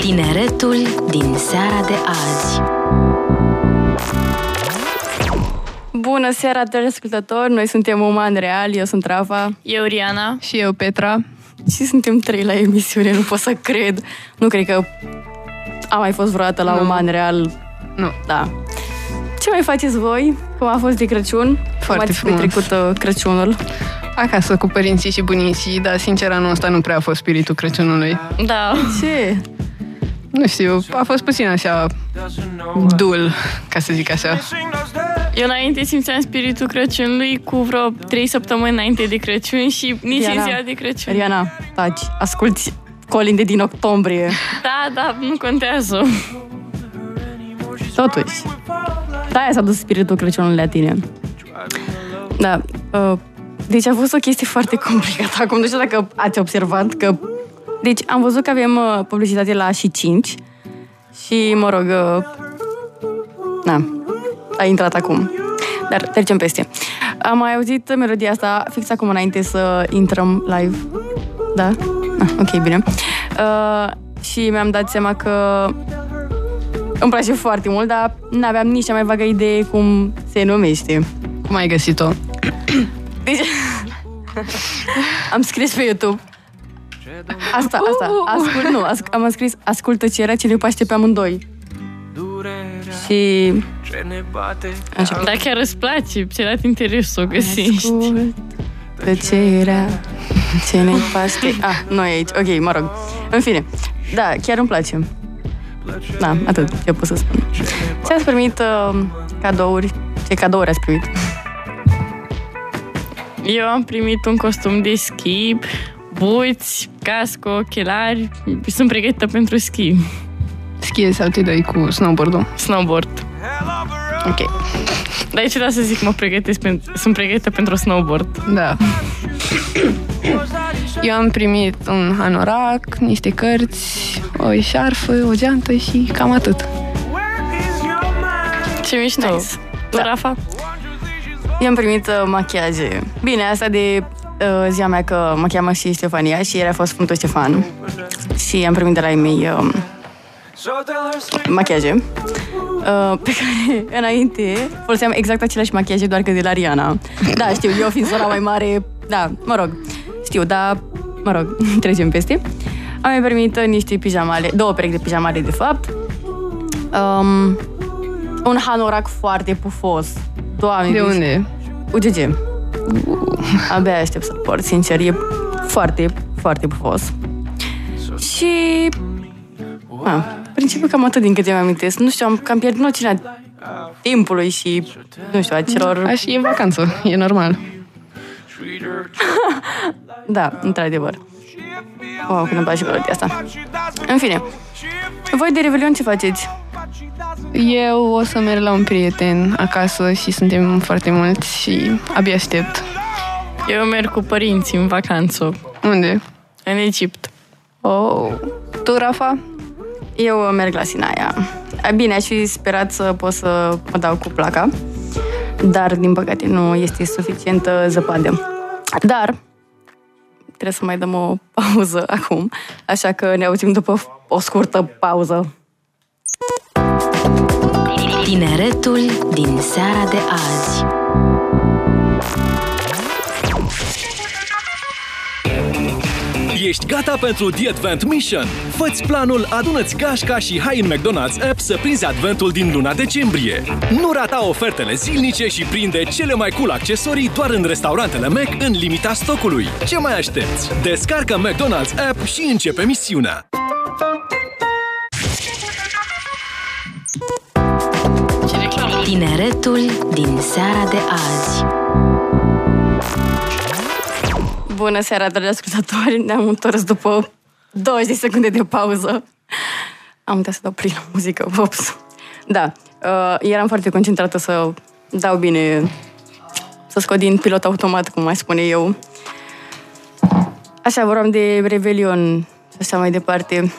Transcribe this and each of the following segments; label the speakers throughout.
Speaker 1: Tineretul din seara de azi.
Speaker 2: Bună seara, dragi ascultători! Noi suntem Uman Real, eu sunt Rafa
Speaker 3: Eu, Riana.
Speaker 4: Și eu, Petra.
Speaker 2: și suntem trei la emisiune, nu pot să cred. Nu cred că a mai fost vreodată la
Speaker 4: Nu.
Speaker 2: Uman Real.
Speaker 4: Nu.
Speaker 2: Da. Ce mai faceți voi? Cum a fost de Crăciun? Cum
Speaker 4: Foarte
Speaker 2: ați
Speaker 4: frumos.
Speaker 2: petrecut uh, Crăciunul?
Speaker 4: Acasă cu părinții și bunicii, dar sincer anul ăsta nu prea a fost spiritul Crăciunului.
Speaker 3: Da.
Speaker 2: Ce?
Speaker 4: Nu știu, a fost puțin așa dul, ca să zic așa.
Speaker 3: Eu înainte simțeam spiritul Crăciunului cu vreo 3 săptămâni înainte de Crăciun și nici
Speaker 2: Iana.
Speaker 3: în ziua de Crăciun.
Speaker 2: Riana, taci, asculti colinde din octombrie.
Speaker 3: Da, da, nu contează.
Speaker 2: Totuși, da, aia s-a dus spiritul Crăciunului la tine. Da. Uh, deci a fost o chestie foarte complicată. Acum nu știu dacă ați observat că... Deci am văzut că avem uh, publicitate la și 5 și, mă rog, uh, na, a intrat acum. Dar trecem peste. Am mai auzit melodia asta fix acum înainte să intrăm live. Da? Ah, ok, bine. Uh, și mi-am dat seama că îmi place foarte mult, dar n-aveam nici cea mai vagă idee cum se numește.
Speaker 4: Cum ai găsit-o?
Speaker 2: Deci, am scris pe YouTube. Asta, asta, ascult, nu, asc, am scris Ascultă ce era ce le paște pe amândoi. Și
Speaker 5: Ce ne bate
Speaker 2: așa.
Speaker 3: Dar chiar îți place, ți-a dat interes să o găsești.
Speaker 2: Ascultă ce era ce ne paște... Ah, nu e aici, ok, mă rog. În fine, da, chiar îmi place. Da, atât ce pot să spun. Ți-ați primit uh, cadouri? Ce cadouri ați primit?
Speaker 3: Eu am primit un costum de schi, buți, casco, ochelari. Sunt pregătită pentru schi,
Speaker 4: Schiez sau te dai cu snowboard-ul?
Speaker 3: snowboard.
Speaker 4: Ok.
Speaker 3: Dar e ciudat să zic mă pregătesc pentru, sunt pregătită pentru snowboard.
Speaker 4: Da. Eu am primit un hanorac, niște cărți, o șarfă, o geantă și cam atât.
Speaker 3: Ce mișto.
Speaker 2: Nice.
Speaker 3: Da. Rafa?
Speaker 2: I-am primit uh, machiaje. Bine, asta de uh, ziua mea că mă cheamă și Ștefania și ieri a fost Sfântul Ștefan. Și am primit de la ei mei uh, machiaje uh, pe care înainte foloseam exact aceleași machiaje, doar că de la Riana. Da, știu, eu fiind sora mai mare, da, mă rog, știu, dar, mă rog, trecem peste. Am mai primit uh, niște pijamale, două perechi de pijamale, de fapt. Um, un hanorac foarte pufos. Doamne,
Speaker 4: De
Speaker 2: deci-
Speaker 4: unde?
Speaker 2: UGG. Abia aștept să-l port, sincer. E foarte, foarte pufos. Și... A, în principiu cam atât din câte mi amintesc. Nu știu, am cam pierdut noțiunea timpului și, nu știu, a celor...
Speaker 4: Aș e în vacanță, e normal.
Speaker 2: Da, într-adevăr. Wow, când îmi place melodia asta. În fine, voi de Revelion ce faceți?
Speaker 4: Eu o să merg la un prieten acasă și suntem foarte mulți și abia aștept.
Speaker 3: Eu merg cu părinții în vacanță,
Speaker 4: Unde?
Speaker 3: în Egipt.
Speaker 4: Oh. Tu, Rafa?
Speaker 2: Eu merg la Sinaia. Bine, aș fi sperat să pot să mă dau cu placa, dar din păcate nu este suficientă zăpadă. Dar trebuie să mai dăm o pauză acum, așa că ne auzim după o scurtă pauză.
Speaker 1: Tineretul din seara de azi.
Speaker 6: Ești gata pentru The Advent Mission? Fă-ți planul, adună-ți gașca și hai în McDonald's App să prinzi adventul din luna decembrie. Nu rata ofertele zilnice și prinde cele mai cool accesorii doar în restaurantele Mac în limita stocului. Ce mai aștepți? Descarcă McDonald's App și începe misiunea!
Speaker 3: Ce reclamă?
Speaker 1: Tineretul din seara de azi.
Speaker 2: Bună seara, dragi ascultători! Ne-am întors după 20 de secunde de pauză. Am uitat să dau plină muzică, ups. Da, uh, eram foarte concentrată să dau bine, să scot din pilot automat, cum mai spune eu. Așa, vorbeam de Revelion și așa mai departe.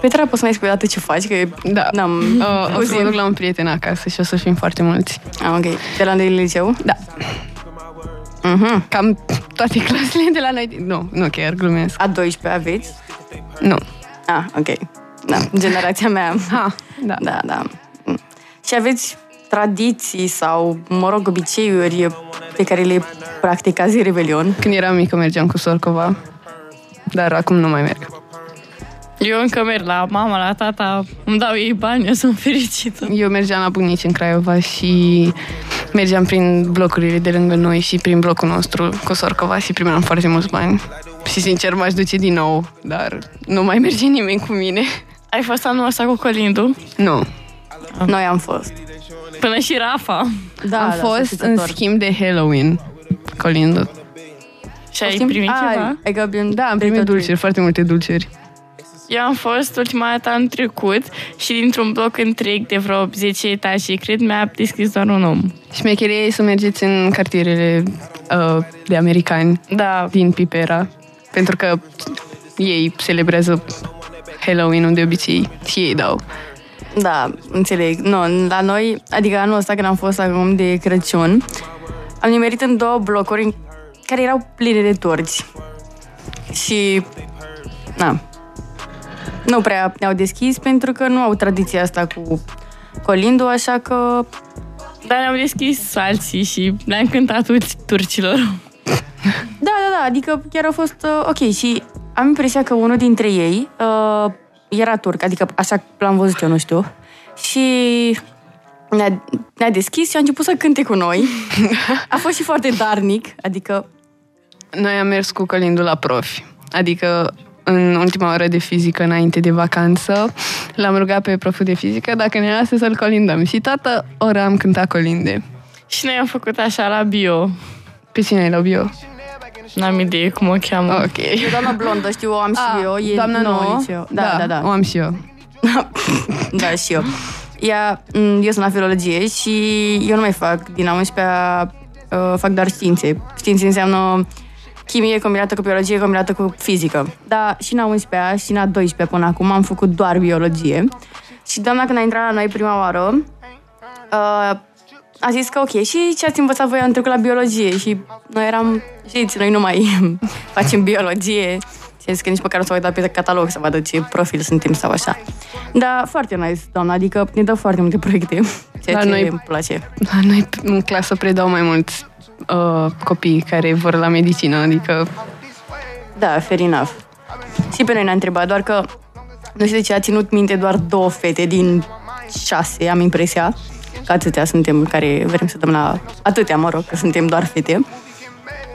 Speaker 2: Petra, poți să mai spui o dată ce faci? Că
Speaker 4: Da.
Speaker 2: n-am
Speaker 4: Uh, o să mă
Speaker 2: auzit.
Speaker 4: duc la un prieten acasă și o să fim foarte mulți.
Speaker 2: Ah, ok. De la întâi liceu?
Speaker 4: Da. Cam toate clasele de la noi... Nu, nu chiar, glumesc.
Speaker 2: A 12 aveți?
Speaker 4: Nu.
Speaker 2: Ah, ok. Da, generația mea.
Speaker 4: Ha, da.
Speaker 2: Da, da. Mm. Și aveți tradiții sau, mă rog, obiceiuri pe care le practicați în Revelion?
Speaker 4: Când eram mică mergeam cu sorcova, dar acum nu mai merg.
Speaker 3: Eu încă merg la mama, la tata, îmi dau ei bani, eu sunt fericită.
Speaker 4: Eu mergeam la bunici în Craiova și mergeam prin blocurile de lângă noi și prin blocul nostru cu Sorcova și primeam foarte mulți bani. Și sincer m-aș duce din nou, dar nu mai merge nimeni cu mine.
Speaker 3: Ai fost anul ăsta cu Colindu,
Speaker 4: Nu.
Speaker 2: Noi am fost.
Speaker 3: până și Rafa.
Speaker 2: Da,
Speaker 4: Am
Speaker 2: da,
Speaker 4: fost în
Speaker 2: satisfăcător.
Speaker 4: schimb de Halloween. Colindu.
Speaker 3: Și ai primit
Speaker 2: Ai,
Speaker 3: ceva?
Speaker 2: Ai, că, da,
Speaker 4: Am primit dulciuri, foarte multe dulciuri.
Speaker 3: Eu am fost ultima dată anul trecut și dintr-un bloc întreg de vreo 10 etaje, cred, mi-a deschis doar un om.
Speaker 4: Și mecheria e să mergeți în cartierele uh, de americani
Speaker 3: Da,
Speaker 4: din Pipera, pentru că ei celebrează Halloween-ul de obicei și ei dau.
Speaker 2: Da, înțeleg. Nu, la noi, adică anul ăsta când am fost acum de Crăciun, am nimerit în două blocuri în- care erau pline de torți. Și, na, nu prea ne-au deschis pentru că nu au tradiția asta cu colindu, așa că,
Speaker 3: dar ne-au deschis alții și le-am cântat uți turcilor.
Speaker 2: da, da, da, adică chiar a fost uh, ok și am impresia că unul dintre ei uh, era turc, adică așa l-am văzut eu, nu știu, și ne-a, ne-a deschis și a început să cânte cu noi. A fost și foarte darnic, adică
Speaker 4: Noi am mers cu colindul la profi, adică în ultima oră de fizică înainte de vacanță, l-am rugat pe proful de fizică dacă ne lasă să-l colindăm. Și toată ora am cântat colinde.
Speaker 3: Și noi am făcut așa la bio.
Speaker 4: Pe cine ai la bio?
Speaker 3: N-am idee cum o cheamă.
Speaker 4: Ok. Ah,
Speaker 2: e doamna blondă, știu, o am și eu. E
Speaker 4: doamna
Speaker 2: nouă în
Speaker 4: nouă.
Speaker 2: liceu. Da, da, da.
Speaker 4: O am și eu.
Speaker 2: Da, și eu. Ea, m, eu sunt la filologie și eu nu mai fac din a 11-a, uh, fac doar științe. Științe înseamnă chimie combinată cu biologie, combinată cu fizică. Dar și în a 11-a și în a 12-a până acum am făcut doar biologie. Și doamna când a intrat la noi prima oară, uh, a zis că ok, și ce ați învățat voi am trecut la biologie și noi eram, știți, noi nu mai facem biologie și a zis că nici măcar nu s-a uitat pe catalog să vadă ce profil suntem sau așa. Dar foarte nice, doamna, adică ne dă foarte multe proiecte, ceea
Speaker 4: La
Speaker 2: ce
Speaker 4: noi-
Speaker 2: îmi place.
Speaker 4: La noi în clasă predau mai mulți uh, copii care vor la medicină, adică
Speaker 2: Da, fair enough. Și pe noi ne-a întrebat, doar că nu știu de ce a ținut minte doar două fete din șase, am impresia. Că atâtea suntem care vrem să dăm la... Atâtea, mă rog, că suntem doar fete.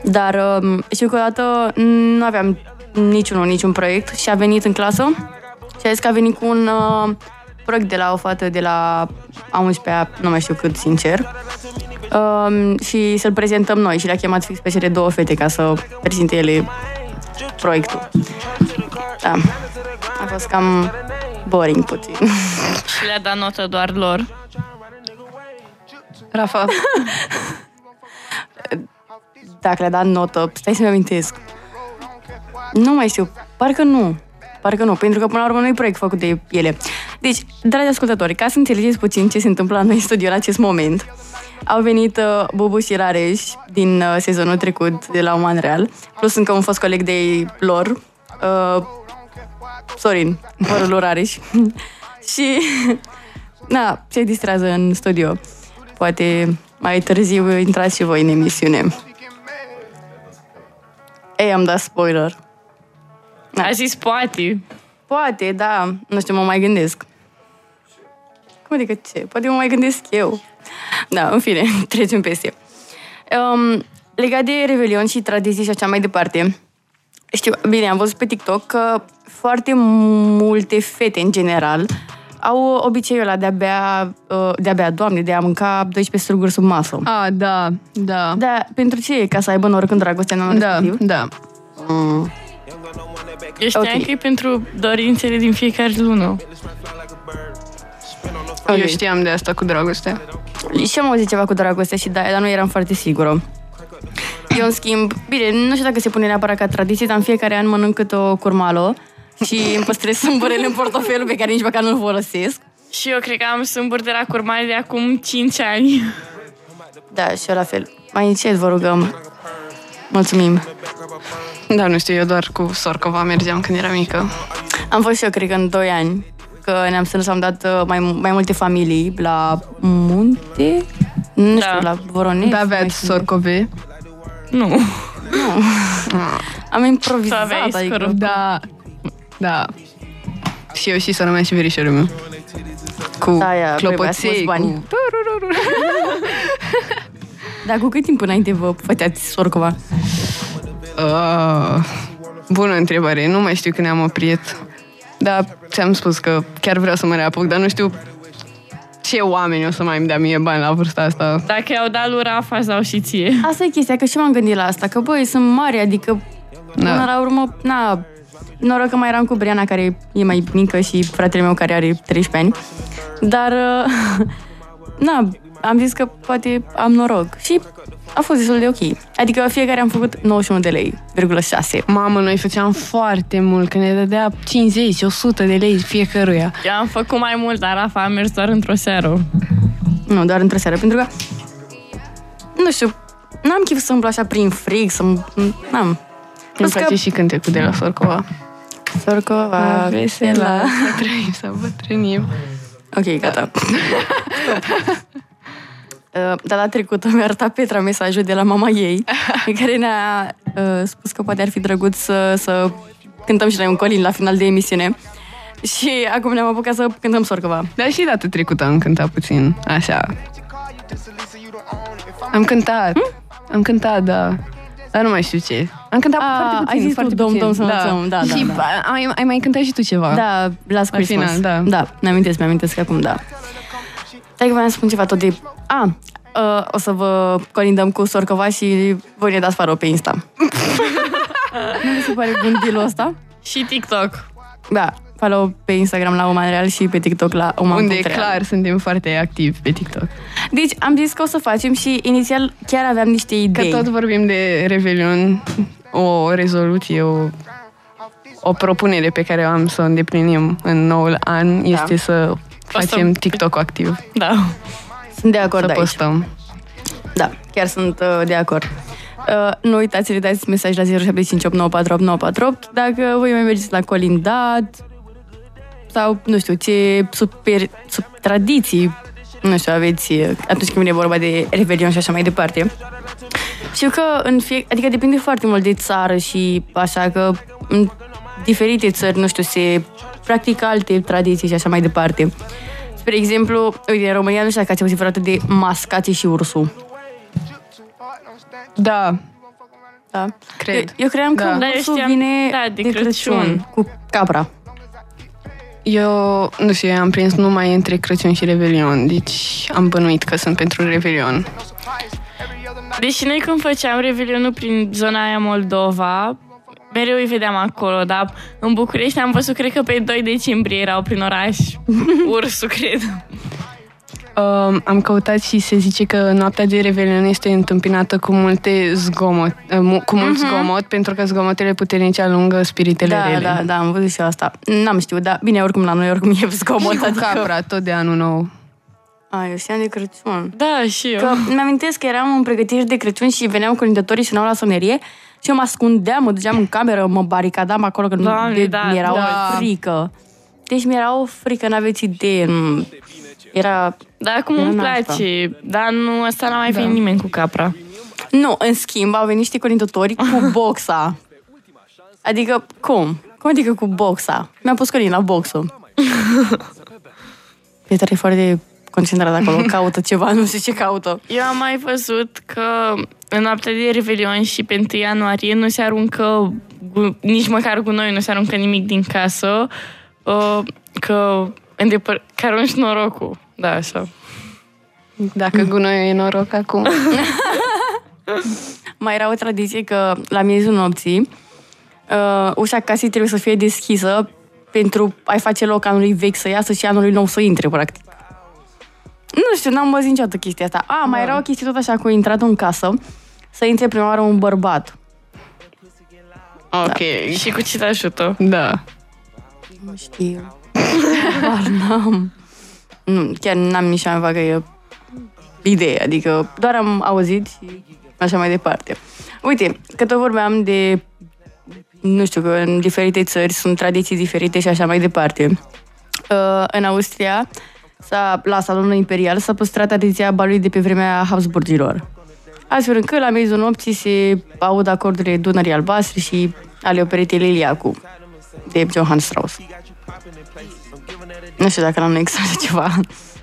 Speaker 2: Dar um, știu că odată nu aveam niciunul, niciun proiect și a venit în clasă și a zis că a venit cu un uh, proiect de la o fată de la a 11-a, nu mai știu cât, sincer. Um, și să-l prezentăm noi și le-a chemat fix pe cele două fete ca să prezinte ele proiectul. Da. A fost cam boring puțin.
Speaker 3: Și le-a dat notă doar lor.
Speaker 4: Rafa,
Speaker 2: Dacă le-a dat notă, stai să-mi amintesc. Nu mai știu, parcă nu. Parcă nu, pentru că până la urmă nu e proiect făcut de ele. Deci, dragi ascultători, ca să înțelegeți puțin ce se întâmplă la noi în studio în acest moment, au venit uh, Bubu și Rareș din uh, sezonul trecut de la Oman Real, plus încă un fost coleg de lor, uh, Sorin, părul lui Rareș. și, na, se distrează în studio. Poate mai târziu intrați și voi în emisiune. Ei, am dat spoiler. Da.
Speaker 3: A zis poate.
Speaker 2: Poate, da, nu știu, mă mai gândesc. Cum adică ce? Poate mă mai gândesc eu. Da, în fine, trecem peste. Um, legat de Revelion și tradiții și așa mai departe, știu, bine, am văzut pe TikTok că foarte multe fete, în general, au obiceiul ăla de abia, de-abia, doamne, de a mânca 12 struguri sub masă.
Speaker 3: Ah.
Speaker 4: a, da, da,
Speaker 2: Da, pentru ce e? Ca să aibă noroc în dragostea în anul
Speaker 4: da,
Speaker 2: respectiv?
Speaker 4: da.
Speaker 3: Eu știam
Speaker 2: Ok.
Speaker 3: că e pentru dorințele din fiecare lună.
Speaker 4: Okay. Eu
Speaker 2: Ok.
Speaker 4: știam de asta cu dragoste.
Speaker 2: Și am auzit ceva cu dragostea și da, dar nu eram foarte sigură. Eu, în schimb, bine, nu știu dacă se pune neapărat ca tradiție, dar în fiecare an mănânc câte o curmală și îmi păstrez sâmburele în portofelul pe care nici măcar nu-l folosesc.
Speaker 3: Și eu cred că am sâmburi de la curmare de acum 5 ani.
Speaker 2: Da, și eu la fel. Mai încet, vă rugăm. Mulțumim.
Speaker 4: Da, nu știu, eu doar cu Sorcova mergeam când eram mică.
Speaker 2: Am fost și eu, cred că, în 2 ani. Că ne-am strâns, am dat uh, mai, mai multe familii la munte. Nu
Speaker 3: Da.
Speaker 2: știu, la Voronezh.
Speaker 4: Da,
Speaker 2: nu mai
Speaker 4: aveați
Speaker 2: știu.
Speaker 4: sorcove.
Speaker 3: Nu.
Speaker 2: Am improvizat,
Speaker 3: Tu aveai
Speaker 2: adică...
Speaker 3: scorop.
Speaker 4: Da, da. Și eu și sora mea și verișorul meu. Cu
Speaker 2: Da, ea, băi,
Speaker 4: clopoței,
Speaker 2: ați mulți bani.
Speaker 4: cu...
Speaker 2: Dar cu cât timp înainte vă făteați sorcova?
Speaker 4: Ah, bună întrebare. Nu mai știu când am oprit. Dar ți-am spus că chiar vreau să mă reapuc, dar nu știu ce oameni o să mai îmi dea mie bani la vârsta asta.
Speaker 3: Dacă i-au dat lui Rafa, sau și ție.
Speaker 2: Asta e chestia, că și m-am gândit la asta, că băi, sunt mari, adică
Speaker 4: Da.
Speaker 2: da. până la urmă, na, noroc că mai eram cu Briana, care e mai mică și fratele meu care are 13 ani, dar, uh, na, am zis că poate am noroc și a fost destul de ok. Adică fiecare am făcut 91 de lei, 0,6.
Speaker 4: Mamă, noi făceam foarte mult, că ne dădea 50-100 de lei fiecăruia.
Speaker 3: Eu am făcut mai mult, dar Rafa a mers doar într-o seară.
Speaker 2: Nu, doar într-o seară, pentru că, nu știu, n-am chef să umblu așa prin frig, să... N-am.
Speaker 4: Îmi
Speaker 2: Plus că-
Speaker 4: place și cântecul de la Sorcova.
Speaker 2: Sorcova, vesela...
Speaker 4: Să trăim, să bătrânim.
Speaker 2: Ok, gata. Uh, Data trecută mi-a arătat Petra mesajul de la mama ei, în care ne-a uh, spus că poate ar fi drăguț să, să cântăm și noi un colin la final de emisiune. Și acum ne-am apucat să cântăm sorcova.
Speaker 4: Dar și data trecută am cântat puțin, așa. Am cântat,
Speaker 2: Hm?
Speaker 4: am cântat, da. Dar nu mai știu ce. Am cântat
Speaker 2: A,
Speaker 4: foarte puțin,
Speaker 2: ai zis tu,
Speaker 4: foarte
Speaker 2: dom,
Speaker 4: puțin.
Speaker 2: dom, să învățăm, da, da,
Speaker 4: Și
Speaker 2: da.
Speaker 4: a- Ai, ai mai cântat și tu ceva.
Speaker 2: Da, Last
Speaker 4: La
Speaker 2: Christmas.
Speaker 4: final, da.
Speaker 2: Da, mi-amintesc, mi-amintesc acum, da. Hai că vreau să spun ceva tot de... A, uh, o să vă colindăm cu sorcova și voi ne dați faro pe Insta. nu mi se pare bun deal ăsta?
Speaker 3: Și TikTok.
Speaker 2: Da, follow pe Instagram la Oman Real și pe TikTok la Oman
Speaker 4: Unde, clar, suntem foarte activi pe TikTok.
Speaker 2: Deci am zis că o să facem și inițial chiar aveam niște
Speaker 4: Că
Speaker 2: idei.
Speaker 4: tot vorbim de Revelion, o rezoluție, o, o propunere pe care o am să o îndeplinim în noul an
Speaker 2: Da.
Speaker 4: este să facem TikTok activ,
Speaker 3: Da.
Speaker 2: Sunt de acord
Speaker 4: să
Speaker 2: aici.
Speaker 4: postăm.
Speaker 2: Da, chiar sunt uh, de acord. Uh, nu uitați să le dați mesaj la 0758948948 dacă voi mai mergeți la colindat sau, nu știu, ce super, sub tradiții nu știu, aveți uh, atunci când vine vorba de Revelion și așa mai departe. Știu că în fie, adică depinde foarte mult de țară și așa că în diferite țări, nu știu, se practică alte tradiții și așa mai departe. Spre exemplu, uite, în România nu știu dacă ați auzit vreodată de mascații și ursul.
Speaker 4: Da,
Speaker 2: Da.
Speaker 4: Cred.
Speaker 2: Eu, eu cream că
Speaker 4: Da.
Speaker 2: da.
Speaker 3: Da, eu
Speaker 2: ursul
Speaker 3: știam,
Speaker 2: vine
Speaker 3: da,
Speaker 2: de,
Speaker 3: de
Speaker 2: Crăciun.
Speaker 3: Crăciun.
Speaker 2: cu capra.
Speaker 4: Eu, nu știu, eu am prins numai între Crăciun și Revelion, deci am bănuit că sunt pentru Revelion.
Speaker 3: Deși noi când făceam revelionul prin zona aia Moldova, mereu îi vedeam acolo, dar în București am văzut, cred că pe 2 decembrie erau prin oraș. Ursul, cred.
Speaker 4: Um, am căutat și se zice că noaptea de Revelion este întâmpinată cu multe zgomot, uh, mu- cu mult zgomot, pentru că zgomotele puternice alungă spiritele
Speaker 2: Mhm. Da,
Speaker 4: rele.
Speaker 2: da, da, am văzut și eu asta. N-am știut, dar bine, oricum la noi, oricum e
Speaker 4: Și
Speaker 2: zgomot.
Speaker 4: cu
Speaker 2: Adică...
Speaker 4: capra, tot de anul nou.
Speaker 2: A, eu știam de Crăciun.
Speaker 3: Da, și eu.
Speaker 2: Că mi amintesc că eram în pregătiri de Crăciun și veneau colindătorii și n-au la sonerie și eu mă ascundeam, mă duceam în cameră, mă baricadam acolo, că nu
Speaker 3: Doamne,
Speaker 2: de,
Speaker 3: da,
Speaker 2: mi-era
Speaker 4: da.
Speaker 2: o frică. Deci mi-era o frică, n-aveți idee. nu- Era
Speaker 3: Dar acum îmi
Speaker 2: Era nașpa.
Speaker 3: place. Dar nu, asta n-a mai venit nimeni cu capra.
Speaker 2: Nu, în schimb, au venit niște colindători cu boxa. Adică, cum? Cum adică cu boxa? Mi-a pus colin la boxul. Petra e foarte concentrat acolo, caută ceva, nu știu ce caută.
Speaker 3: Eu am mai văzut că în noaptea de Revelion și pe 1 ianuarie nu se aruncă, gu- nici măcar cu noi nu se aruncă nimic din casă, uh, că, îndepăr- că arunci norocul. Da, așa.
Speaker 2: Mhm.
Speaker 4: Dacă gunoiul e noroc acum.
Speaker 2: Mai era o tradiție că la miezul nopții uh, ușa casei trebuie să fie deschisă pentru a-i face loc anului vechi să iasă și anului nou să intre, practic. Nu știu, n-am văzut niciodată chestia asta. A, mai era o chestie tot așa cu intratul în casă să intre prima oară un bărbat.
Speaker 4: Ok.
Speaker 3: Și cu ce te ajută?
Speaker 4: Da.
Speaker 2: Nu știu. Doar n-am. Nu, chiar n-am nici am vagă e idee, adică doar am auzit și așa mai departe. Uite, că tot vorbeam de nu știu, că în diferite țări sunt tradiții diferite și așa mai departe. Uh, în Austria, s-a, la salonul imperial, s-a păstrat tradiția balului de pe vremea Habsburgilor. Astfel încât, la miezul nopții, se aud acordurile Dunării Albastre și ale operetei Liliacu, de Johann Strauss. Nu știu dacă l-am exagerat ceva.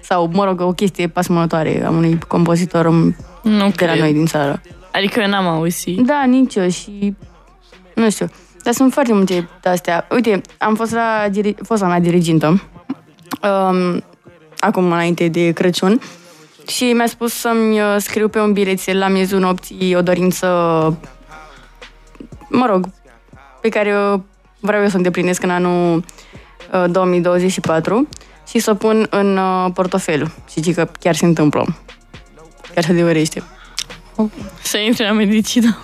Speaker 2: Sau, mă rog, o chestie pasmănătoare a unui compozitor
Speaker 3: Nu
Speaker 2: de la
Speaker 3: cred.
Speaker 2: noi din țară.
Speaker 3: Adică eu n-am auzit.
Speaker 2: Da, nici eu și... Nu știu. Dar sunt foarte multe de-astea. Uite, am fost la diri... fosta mea dirigintă um, acum înainte de Crăciun și mi-a spus să-mi uh, scriu pe un bilețel la miezul nopții o dorință, mă rog, pe care uh, vreau eu să o îndeplinesc în anul uh, 2024 și să o pun în uh, portofel. Și zic că chiar se întâmplă. Chiar se adevărește.
Speaker 3: Să intre la medicină.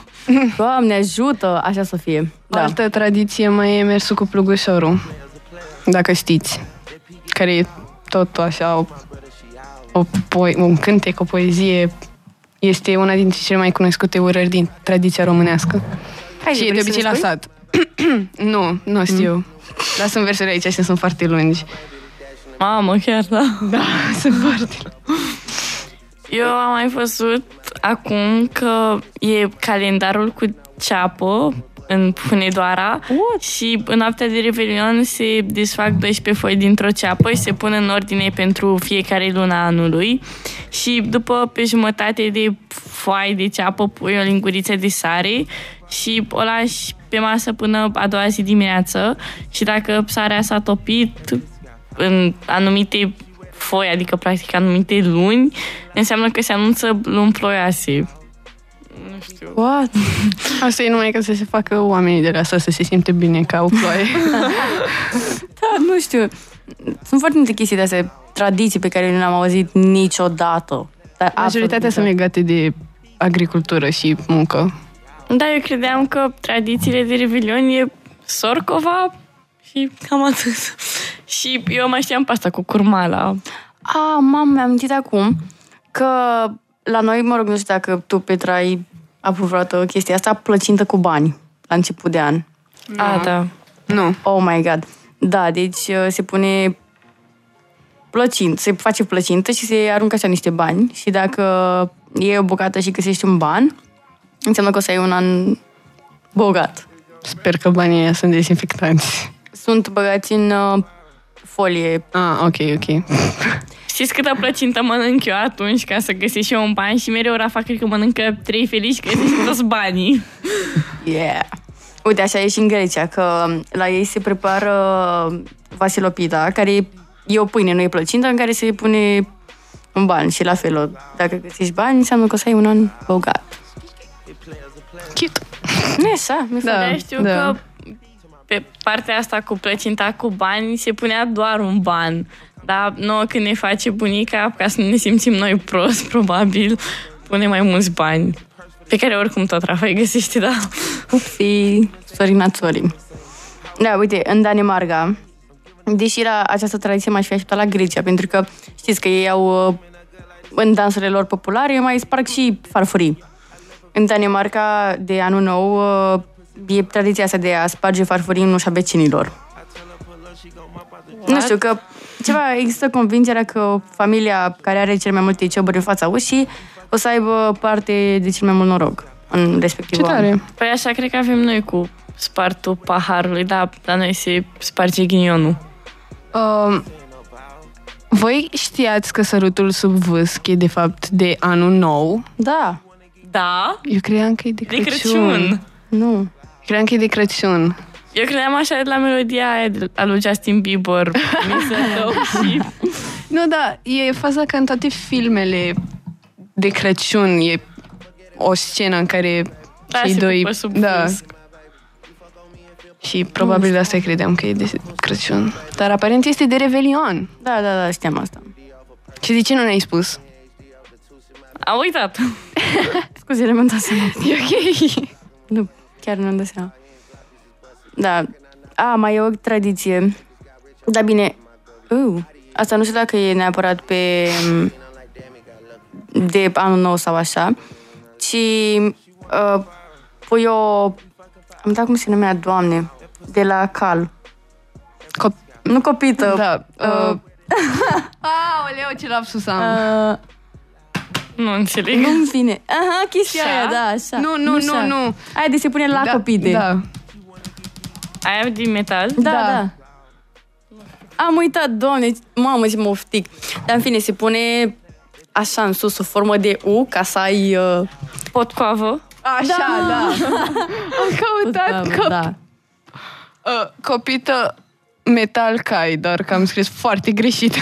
Speaker 2: Doamne, ajută! Așa să fie.
Speaker 4: Da.
Speaker 2: Da.
Speaker 4: Altă tradiție mai e mersul cu plugușorul, dacă știți, care e tot așa o, o po- un cântec, o poezie. Este una dintre cele mai cunoscute urări din tradiția românească.
Speaker 2: Hai,
Speaker 4: și e de
Speaker 2: vrei să
Speaker 4: obicei
Speaker 2: ne
Speaker 4: la
Speaker 2: spui?
Speaker 4: sat. nu, nu știu. Mm. Lasă-mi versurile aici și sunt foarte lungi.
Speaker 3: Mamă, chiar da.
Speaker 4: Da, sunt foarte
Speaker 3: Eu am mai văzut acum că e calendarul cu ceapă în Hunedoara What? și în noaptea de Revelion se desfac 12 foi dintr-o ceapă și se pun în ordine pentru fiecare luna anului și după pe jumătate de foai de ceapă pui o linguriță de sare și o lași pe masă până a doua zi dimineață și dacă sarea s-a topit în anumite foi, adică practic anumite luni, înseamnă că se anunță luni ploioase. Nu știu.
Speaker 2: What?
Speaker 4: Asta e numai ca să se facă oamenii de la sat să se simte bine că au ploaie.
Speaker 2: Da, nu știu. Sunt foarte multe chestii de astea, tradiții pe care nu le-am auzit niciodată. Dar
Speaker 4: Majoritatea sunt
Speaker 2: absolut
Speaker 4: legate de agricultură și muncă.
Speaker 3: Da, eu credeam că tradițiile de Revelion e sorcova și cam atât. și eu mai știam pe asta cu curmala.
Speaker 2: niciodată. A, mamă, mi-am amintit acum că la noi, mă rog, nu știu dacă tu, Petra, ai avut vreodată chestia asta, plăcintă cu bani la început de an.
Speaker 3: No. A, da.
Speaker 4: Nu.
Speaker 2: Oh my god. Da, deci uh, se pune plăcint, se face plăcintă și se aruncă așa niște bani și dacă iei o bucată și găsești un ban, înseamnă că o să ai un an bogat.
Speaker 4: Sper că banii ăia sunt dezinfectanți.
Speaker 2: Sunt băgați în uh, folie.
Speaker 4: Ah, ok, ok.
Speaker 3: Știți câtă plăcintă mănânc eu atunci ca să găsesc și eu un ban și mereu Rafa cred că mănâncă trei felici că găsește toți banii.
Speaker 2: Yeah! Uite, așa e și în Grecia, că la ei se prepară vasilopita, care e- e o pâine, nu e plăcintă, în care se pune un ban și la fel, o- dacă găsești bani, înseamnă că o să ai un an bogat.
Speaker 4: Cute.
Speaker 2: Nu e așa? mi
Speaker 4: Da,
Speaker 3: Da, știu
Speaker 4: da.
Speaker 3: da. că pe partea asta cu plăcinta cu bani se punea doar un ban. Dar nouă când ne face bunica, ca să nu ne simțim noi prost, probabil, pune mai mulți bani. Pe care oricum tot Rafa îi găsește, da?
Speaker 2: Upsi, Sorina Țori. Da, uite, în Danemarca, deși la această tradiție m-aș fi așteptat la Grecia, pentru că știți că ei au, uh, în dansurile lor populare, mai sparg și farfurii. În Danemarca, de anul nou, uh, e tradiția asta de a sparge farfurii în ușa vecinilor. Nu știu, că ceva există convingerea că familia care are cel mai multe cioburi în fața ușii o să aibă parte de cel mai mult noroc în
Speaker 4: Ce
Speaker 2: respectivul an.
Speaker 4: tare.
Speaker 3: Păi așa cred că avem noi cu spartul paharului, dar la noi se sparge ghinionul.
Speaker 4: Um, voi știați că sărutul sub vâsc e de fapt de anul nou?
Speaker 2: Da,
Speaker 3: Da?
Speaker 4: Eu credeam că e de
Speaker 3: De
Speaker 4: Crăciun.
Speaker 3: Crăciun.
Speaker 2: nu.
Speaker 4: Credeam că e de Crăciun.
Speaker 3: Eu credeam așa de la melodia aia de- a lui Justin Bieber. Mi se și
Speaker 4: Nu, da, e faza că în toate filmele de Crăciun e o scenă în care
Speaker 3: Da,
Speaker 4: cei
Speaker 3: se
Speaker 4: doi...
Speaker 3: pupă sub
Speaker 4: da,
Speaker 3: vâsc.
Speaker 4: și probabil de asta credeam că e de Crăciun. Dar aparent este de Revelion.
Speaker 2: Da, da, da, știam asta.
Speaker 4: Și de ce nu ne-ai spus?
Speaker 3: Am uitat.
Speaker 2: Scuze, mi-am dat seama. E ok. Nu, chiar nu-mi dat seama. Da. A, mai e o tradiție. Da, bine. Uh, asta nu știu dacă e neapărat pe... mm, de anul nou sau așa, ci uh, pui o Am dat cum se numea, doamne, de la Cal.
Speaker 4: Cop-
Speaker 2: Nu copită.
Speaker 4: da.
Speaker 2: Uh,
Speaker 3: Oh.
Speaker 4: Uh, Aoleu, ce lapsus am.
Speaker 3: Ah.
Speaker 2: uh,
Speaker 3: Nu înțeleg.
Speaker 2: nu-mi vine. Aha, chestia
Speaker 4: Șa?
Speaker 2: aia, da, așa.
Speaker 4: Nu, nu, nu,
Speaker 2: șa.
Speaker 4: nu.
Speaker 2: Aia de se pune la
Speaker 4: da,
Speaker 2: copite.
Speaker 4: Da.
Speaker 3: Aia din metal?
Speaker 2: Da,
Speaker 4: Da.
Speaker 2: da, da. Am uitat, doamne, mamă ce moftic. Dar în fine, se pune așa în sus, sub formă de U, ca să ai... Uh,
Speaker 3: Pot coavă?
Speaker 4: Așa, da. am căutat
Speaker 2: da,
Speaker 4: cop-
Speaker 2: da.
Speaker 4: uh, copită metal cai, doar că am scris foarte greșit.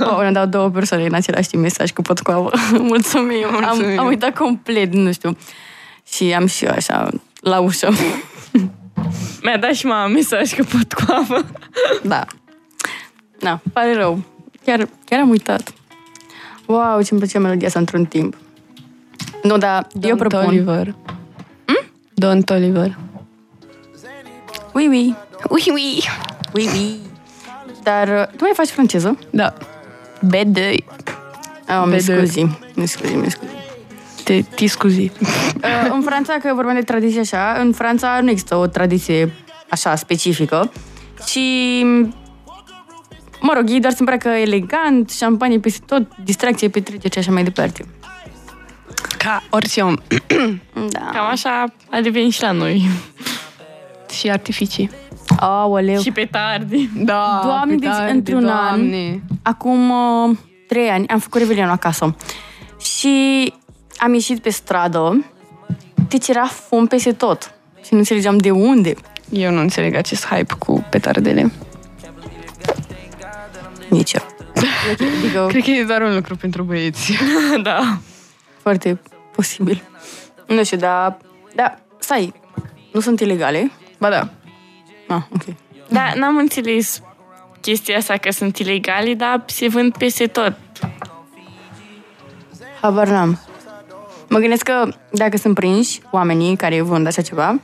Speaker 2: Oh, ne dau două persoane în același timp mesaj cu pot coavă. Mulțumim.
Speaker 4: Mulțumim.
Speaker 2: Am, am uitat complet, nu știu. Și am și eu așa la ușă.
Speaker 3: Mi-a dat și mama mesaj că pot coavă.
Speaker 2: da. Da, pare rău. Chiar, chiar am uitat. Wow, ce-mi plăcea melodia asta într-un timp. Nu, dar eu propun.
Speaker 4: Toliver. Hmm? Don Toliver.
Speaker 2: Oui, oui.
Speaker 4: Ui, ui.
Speaker 2: Oui, oui. Dar uh, tu mai faci franceză?
Speaker 4: Da. Bedei.
Speaker 2: Ah, mi
Speaker 4: Pe de-
Speaker 2: scuzi, mi scuzi, mi scuzi.
Speaker 4: Te, te scuzi.
Speaker 2: Uh, în Franța, că vorbim de tradiție așa, în Franța nu există o tradiție așa specifică, ci, mm, mă rog, ei doar se îmbracă elegant, șampanie peste tot, distracție, petreceri și așa mai departe.
Speaker 4: Ca orice om.
Speaker 2: Da.
Speaker 3: Cam așa a devenit și la noi.
Speaker 4: Și artificii.
Speaker 2: Aoleu.
Speaker 3: Și pe tardi.
Speaker 4: Da,
Speaker 2: Doamne, deci
Speaker 4: petarde,
Speaker 2: într-un
Speaker 4: doamne.
Speaker 2: Acum uh, trei ani am făcut revelionul acasă și am ieșit pe stradă, deci era fum peste tot și nu înțelegeam de unde.
Speaker 4: Eu nu înțeleg acest hype cu petardele.
Speaker 2: Nici eu. Adică,
Speaker 4: Cred că e doar un lucru pentru băieți.
Speaker 3: da.
Speaker 2: foarte posibil. Nu știu, dar... Da, stai, nu sunt ilegale?
Speaker 4: Ba da.
Speaker 2: Ah, ok.
Speaker 3: Dar n-am înțeles chestia asta că sunt ilegale, dar se vând peste tot.
Speaker 2: Habar n-am. Mă gândesc că dacă sunt prinși oamenii care vând așa ceva,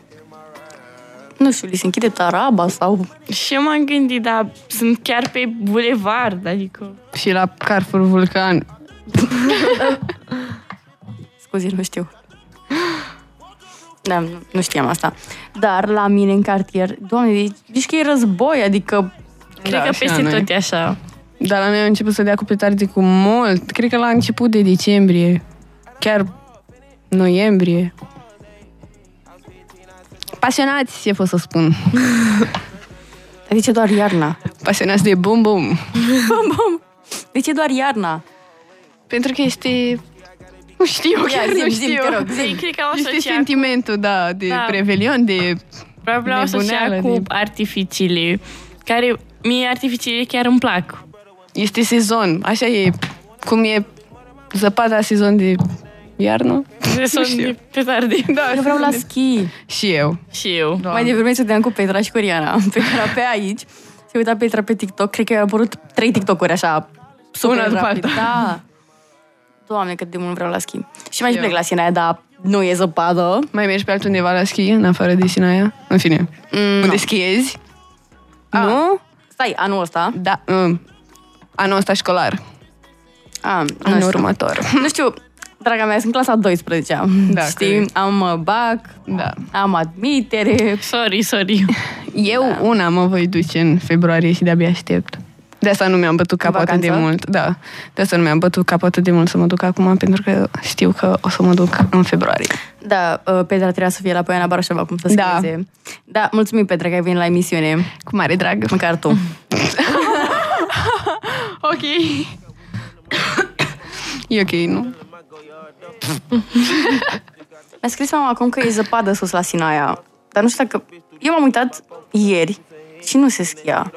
Speaker 2: nu știu, li se închide taraba sau...
Speaker 3: Și eu m-am gândit, dar sunt chiar pe bulevard, adică...
Speaker 4: Și la Carrefour Vulcan.
Speaker 2: Scuze, nu știu. Da, nu, nu știam asta. Dar la mine în cartier, doamne, deci- deci că e război, adică...
Speaker 3: Cred că
Speaker 4: și la
Speaker 3: peste
Speaker 4: noi.
Speaker 3: tot e așa.
Speaker 4: Dar la noi a început să dea cu petarde cu mult. Cred că la început de decembrie. Chiar noiembrie. Pasionați, e pot să spun.
Speaker 2: Adică doar iarna.
Speaker 4: Pasionați de bum bum.
Speaker 2: Bum, bum. De ce doar iarna?
Speaker 4: Pentru că este... Nu știu, chiar
Speaker 2: zi-mi,
Speaker 4: nu
Speaker 2: zi-mi,
Speaker 4: știu.
Speaker 2: te rog, zi-mi.
Speaker 3: Ei, Păi, cred că au
Speaker 4: este
Speaker 3: asociat,
Speaker 4: sentimentul, da, de
Speaker 3: Da.
Speaker 4: prevelion, de...
Speaker 3: probabil au asociat
Speaker 4: nebuneală,
Speaker 3: cu
Speaker 4: de-
Speaker 3: artificiile, care mie artificiile chiar îmi plac.
Speaker 4: Este sezon, așa e, cum e zăpada sezon de iarnă.
Speaker 3: Se sunt
Speaker 4: știu.
Speaker 3: de petarde.
Speaker 4: Da,
Speaker 2: Eu vreau la
Speaker 4: sezon de-
Speaker 2: schi.
Speaker 4: Și eu.
Speaker 3: Și eu.
Speaker 4: Doamne.
Speaker 2: Mai devreme stăteam cu Petra și cu Riana pe canapea aici. Se uita Petra pe TikTok, cred că au apărut trei TikTok-uri așa, super
Speaker 4: Una după
Speaker 2: rapid.
Speaker 4: alta.
Speaker 2: Da. Doamne, cât de mult vreau la schimb. Și mai și
Speaker 4: Eu.
Speaker 2: plec la Sinaia, dar nu e zăpadă.
Speaker 4: Mai mergi pe altundeva la schi, în afară de Sinaia? În fine.
Speaker 2: Mm,
Speaker 4: Unde
Speaker 2: nu.
Speaker 4: schiezi? Nu?
Speaker 2: Stai, anul ăsta.
Speaker 4: Da. Mm. Anul ăsta școlar.
Speaker 2: A, nu,
Speaker 4: Anul
Speaker 2: știu.
Speaker 4: următor.
Speaker 2: nu știu, draga mea, sunt clasa 12
Speaker 4: Da,
Speaker 2: Știi,
Speaker 4: corect.
Speaker 2: am uh, bac,
Speaker 4: Da.
Speaker 2: am admitere.
Speaker 3: Sorry, sorry.
Speaker 4: Eu da. una mă voi duce în februarie și de-abia aștept. De asta nu mi-am bătut capul atât de
Speaker 2: vacanță?
Speaker 4: mult. Da. De asta nu mi-am bătut capul atât de mult să mă duc acum, pentru că știu că o să mă duc în februarie.
Speaker 2: Da, uh, Petra trebuia să fie la Poiana Brașov acum să
Speaker 4: Da.
Speaker 2: scrieze. Da. da, mulțumim, Petra, că ai venit la emisiune.
Speaker 4: Cu mare drag.
Speaker 2: Măcar tu.
Speaker 4: Ok. e ok, nu?
Speaker 2: Mi-a scris mama acum că e zăpadă sus la Sinaia, dar nu știu dacă... Eu m-am uitat ieri și nu se schia.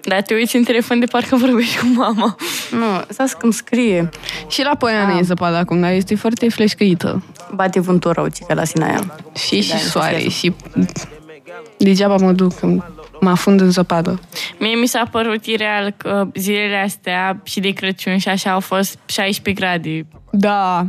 Speaker 3: Dar Da, te uiți în telefon de parcă vorbești cu mama.
Speaker 2: Nu, stai că îmi scrie.
Speaker 4: Și la Poiana ah. e zăpadă acum, dar este foarte fleșcăită.
Speaker 2: Bate vântul rău, cică, la Sinaia.
Speaker 4: Și, și
Speaker 2: Da,
Speaker 4: soare,
Speaker 2: entuziasm.
Speaker 4: și... Degeaba mă duc, îmi- mă afund în zăpadă.
Speaker 3: Mie mi s-a părut ireal că zilele astea și de Crăciun și așa au fost 16 grade.
Speaker 4: Da.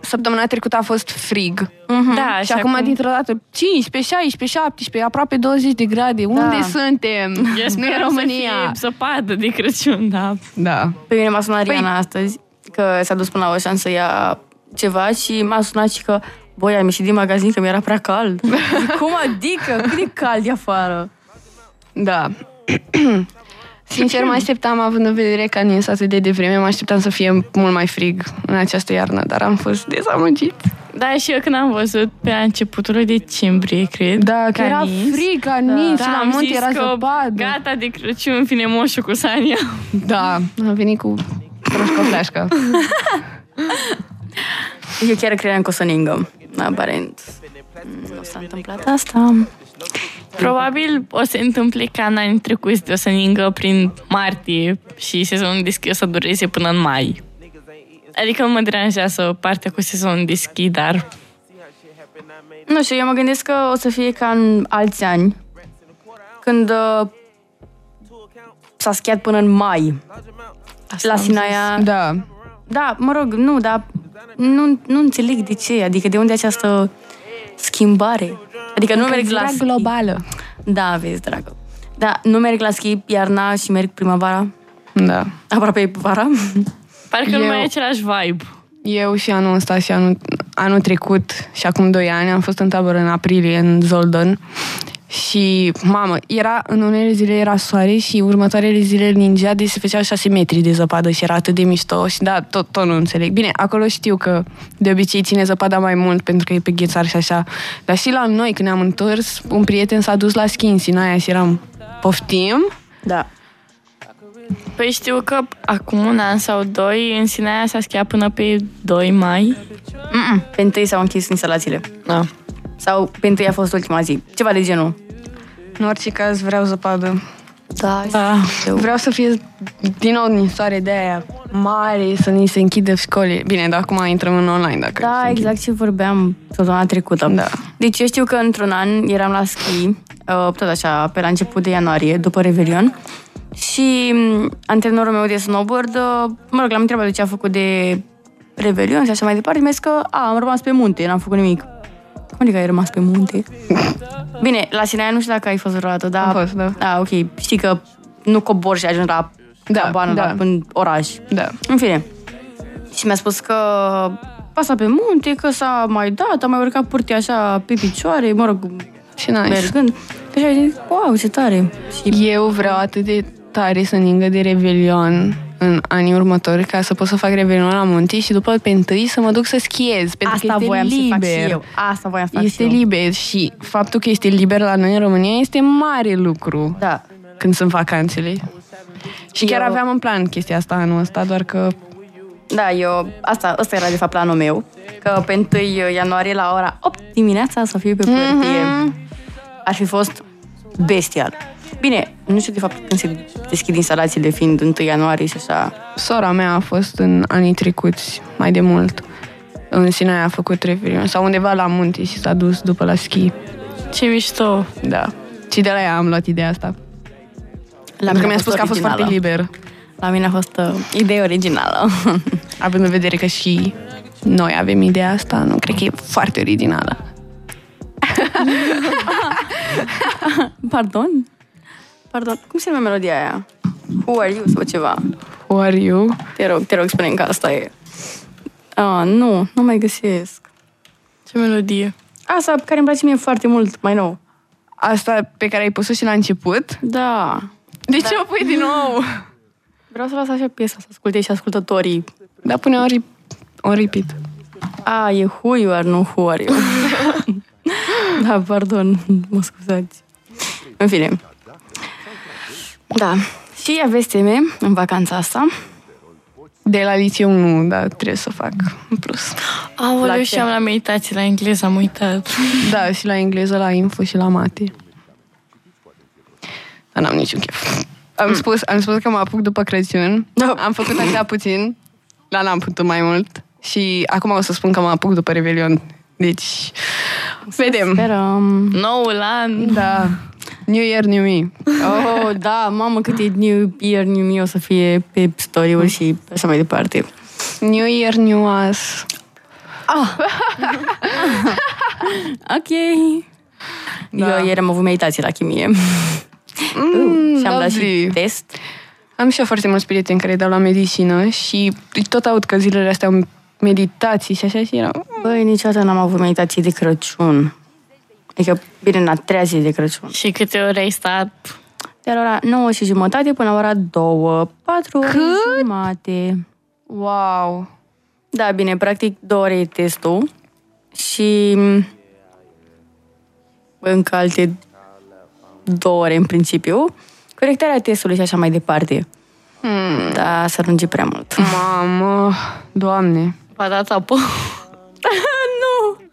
Speaker 4: Săptămâna trecută a fost frig.
Speaker 3: Mm-hmm. Da,
Speaker 4: Mhm. și acum, dintr-o dată, 15, 16, 17, aproape 20 de grade. Da. Unde suntem?
Speaker 3: Eu
Speaker 4: nu e
Speaker 3: speram Să fie
Speaker 4: România.
Speaker 3: zăpadă de Crăciun, da.
Speaker 4: Da.
Speaker 2: Pe mine m-a sunat Riana astăzi, că s-a dus până la Oșan să ia ceva și m-a sunat și că Băi, am ieșit din magazin că mi-era prea cald. Cum adică? Cât de cald e afară?
Speaker 4: Da. Sincer, mă așteptam, având în vedere că a nins atât de devreme, mă așteptam să fie mult mai frig în această iarnă, dar am fost dezamăgit.
Speaker 3: Da, și eu când am văzut pe începutul decembrie, cred.
Speaker 4: Da, că
Speaker 3: a
Speaker 4: era
Speaker 3: nins.
Speaker 4: frig, a nins,
Speaker 3: Da,
Speaker 4: la
Speaker 3: am
Speaker 4: munte
Speaker 3: zis
Speaker 4: era
Speaker 3: că
Speaker 4: zăpadă.
Speaker 3: Gata de Crăciun, vine moșul cu Sania.
Speaker 4: Da, am venit cu proșcă flașcă.
Speaker 2: Eu chiar credeam că o să ningăm. Aparent. mm, Nu s-a întâmplat asta.
Speaker 3: Probabil o să se întâmple ca în anii trecuți de o să ningă prin martie și sezonul deschis o să dureze până în mai. Adică nu mă deranjează partea cu sezonul deschis, dar
Speaker 2: Nu știu, eu mă gândesc că o să fie ca în alți ani, când uh, s-a schiat până în mai
Speaker 3: asta
Speaker 2: la
Speaker 3: am
Speaker 2: Sinaia.
Speaker 4: Da.
Speaker 2: Da, mă rog, nu, dar nu, nu înțeleg de ce, adică de unde această schimbare. Adică nu merg la schi.
Speaker 4: globală.
Speaker 2: Da, vezi, dragă. Da, nu merg la schi iarna și merg primăvara,
Speaker 4: Da.
Speaker 2: aproape vara.
Speaker 3: zis. Parcă nu
Speaker 4: Eu-
Speaker 3: mai e același vibe.
Speaker 4: Eu și anul ăsta și anul, anul trecut și acum 2 ani am fost în tabără în aprilie, în Zoldan. Și, mamă, era, în unele zile era soare și următoarele zile ningea, deci se făceau 6 metri de zăpadă și era atât de mișto și da, tot, tot nu înțeleg. Bine, acolo știu că de obicei ține zăpada mai mult pentru că e pe ghețar și așa, dar și la noi când ne-am întors, un prieten s-a dus la schi în Sinaia și eram, poftim?
Speaker 2: Da.
Speaker 3: Păi știu că acum un an sau doi în Sinaia s-a schiat până pe 2 mai.
Speaker 2: Mm-mm. Pe întâi s-au închis instalațiile.
Speaker 3: Da.
Speaker 2: Sau pe întâi a fost ultima zi. Ceva de genul.
Speaker 4: În orice caz vreau zăpadă.
Speaker 2: Da,
Speaker 3: da.
Speaker 4: Vreau să fie din nou din soare de aia mare, să ni se închidă școlile. Bine, dar acum intrăm în online dacă se
Speaker 2: Da,
Speaker 4: închid.
Speaker 2: exact ce vorbeam săptămâna trecută.
Speaker 4: Da.
Speaker 2: Deci eu știu că într-un an eram la schi, uh, tot așa, pe la început de ianuarie, după Revelion, și m, antrenorul meu de snowboard, uh, mă rog, l-am întrebat de ce a făcut de Revelion și așa mai departe, mi-a zis că a, am rămas pe munte, n-am făcut nimic. Cum adică ai rămas pe munte? Bine, la Sinaia nu știu dacă ai fost vreodată, dar...
Speaker 4: Am fost, da.
Speaker 2: Da, ok, știi că nu cobori și ajungi la
Speaker 4: Da,
Speaker 2: cabană,
Speaker 4: da.
Speaker 2: la, în oraș.
Speaker 4: Da.
Speaker 2: În fine. Și mi-a spus că pasa pe munte, că s-a mai dat, a mai urcat purte așa pe picioare, mă rog,
Speaker 4: Și nice.
Speaker 2: mergând. Și așa zic, wow, ce tare. Și
Speaker 4: Eu vreau atât de tare să ningă de Revelion în anii următori ca să pot să fac Revelion la munte și după pe întâi să mă duc să schiez. Pentru că
Speaker 2: asta
Speaker 4: este
Speaker 2: voiam
Speaker 4: liber.
Speaker 2: să fac și eu. Asta voiam să fac
Speaker 4: Este
Speaker 2: și eu.
Speaker 4: liber și faptul că este liber la noi în România este mare lucru
Speaker 2: Da.
Speaker 4: când sunt vacanțele. Și chiar
Speaker 2: Eu-
Speaker 4: aveam în plan chestia asta anul ăsta, doar că
Speaker 2: Da, eu, asta, asta era de fapt planul meu, că pe 1 ianuarie la ora 8 dimineața să fiu pe pârtie. Ar fi fost bestial. Bine, nu știu de fapt când se deschid instalațiile, fiind 1 ianuarie și așa.
Speaker 4: Sora mea a fost în anii trecuți, mai de mult. În Sinaia a făcut Revelion sau undeva la munte și s-a dus după la schi.
Speaker 3: Ce mișto.
Speaker 4: Da. Și de la ea am luat ideea asta.
Speaker 2: La
Speaker 4: Pentru că
Speaker 2: mine
Speaker 4: mi-a spus că a fost foarte
Speaker 2: originală.
Speaker 4: liber.
Speaker 2: La mine a fost uh, idee originală.
Speaker 4: Având în vedere că și noi avem ideea asta, nu cred că e foarte originală.
Speaker 2: Pardon? Pardon, cum se numește melodia aia? Who are you sau ceva?
Speaker 4: Who are you?
Speaker 2: Te rog, te rog, spune că asta e. Ah, nu, nu mai găsesc.
Speaker 3: Ce melodie.
Speaker 2: Asta care îmi place mie foarte mult, mai nou.
Speaker 4: Asta pe care ai pus-o și la început?
Speaker 2: Da.
Speaker 4: De ce o pui din nou?
Speaker 2: Vreau să las așa piesa să asculte și ascultătorii.
Speaker 4: Da, pune un, rip- un repeat.
Speaker 2: A, e who you are, nu who are you. da, pardon, mă scuzați. În fine. Da. Și aveți teme în vacanța asta.
Speaker 4: De la liceu nu, dar trebuie să fac în plus.
Speaker 3: Aoleu,
Speaker 2: La
Speaker 3: și
Speaker 2: ce?
Speaker 3: am la meditație la engleză, am uitat.
Speaker 4: Da, și la engleză, la info și la mate. Dar n-am niciun chef. Am, spus, am spus că mă apuc după Crăciun.
Speaker 2: Da.
Speaker 4: Am făcut așa puțin, dar n-am putut mai mult. Și acum o să spun că mă apuc după Revelion. Deci, vedem.
Speaker 2: Sperăm.
Speaker 3: Noul an.
Speaker 4: Da. New Year, New Me.
Speaker 2: Oh, da, mamă, cât e New Year, New Me o să fie pe story-uri și așa mai departe.
Speaker 4: New Year, New Us.
Speaker 2: Ok. Da. Eu ieri am avut meditație la chimie. Uh,
Speaker 4: Mm,
Speaker 2: și am dat și
Speaker 4: lovely.
Speaker 2: test.
Speaker 4: Am și eu foarte mulți prieteni care dau la medicină și tot aud că zilele astea meditații și așa și eram...
Speaker 2: Băi, niciodată n-am avut meditații de Crăciun. Adică, bine, în a treia zi de Crăciun.
Speaker 3: Și câte ore ai stat?
Speaker 2: De la ora 9 și jumătate până la ora 2, 4 ore jumate.
Speaker 4: Wow!
Speaker 2: Da, bine, practic două ore e testul și încă alte două ore în principiu, corectarea testului și așa mai departe. Hmm. Da, să lungi prea mult.
Speaker 4: Hmm. Mamă! Doamne!
Speaker 3: V-a dat apă?
Speaker 2: nu!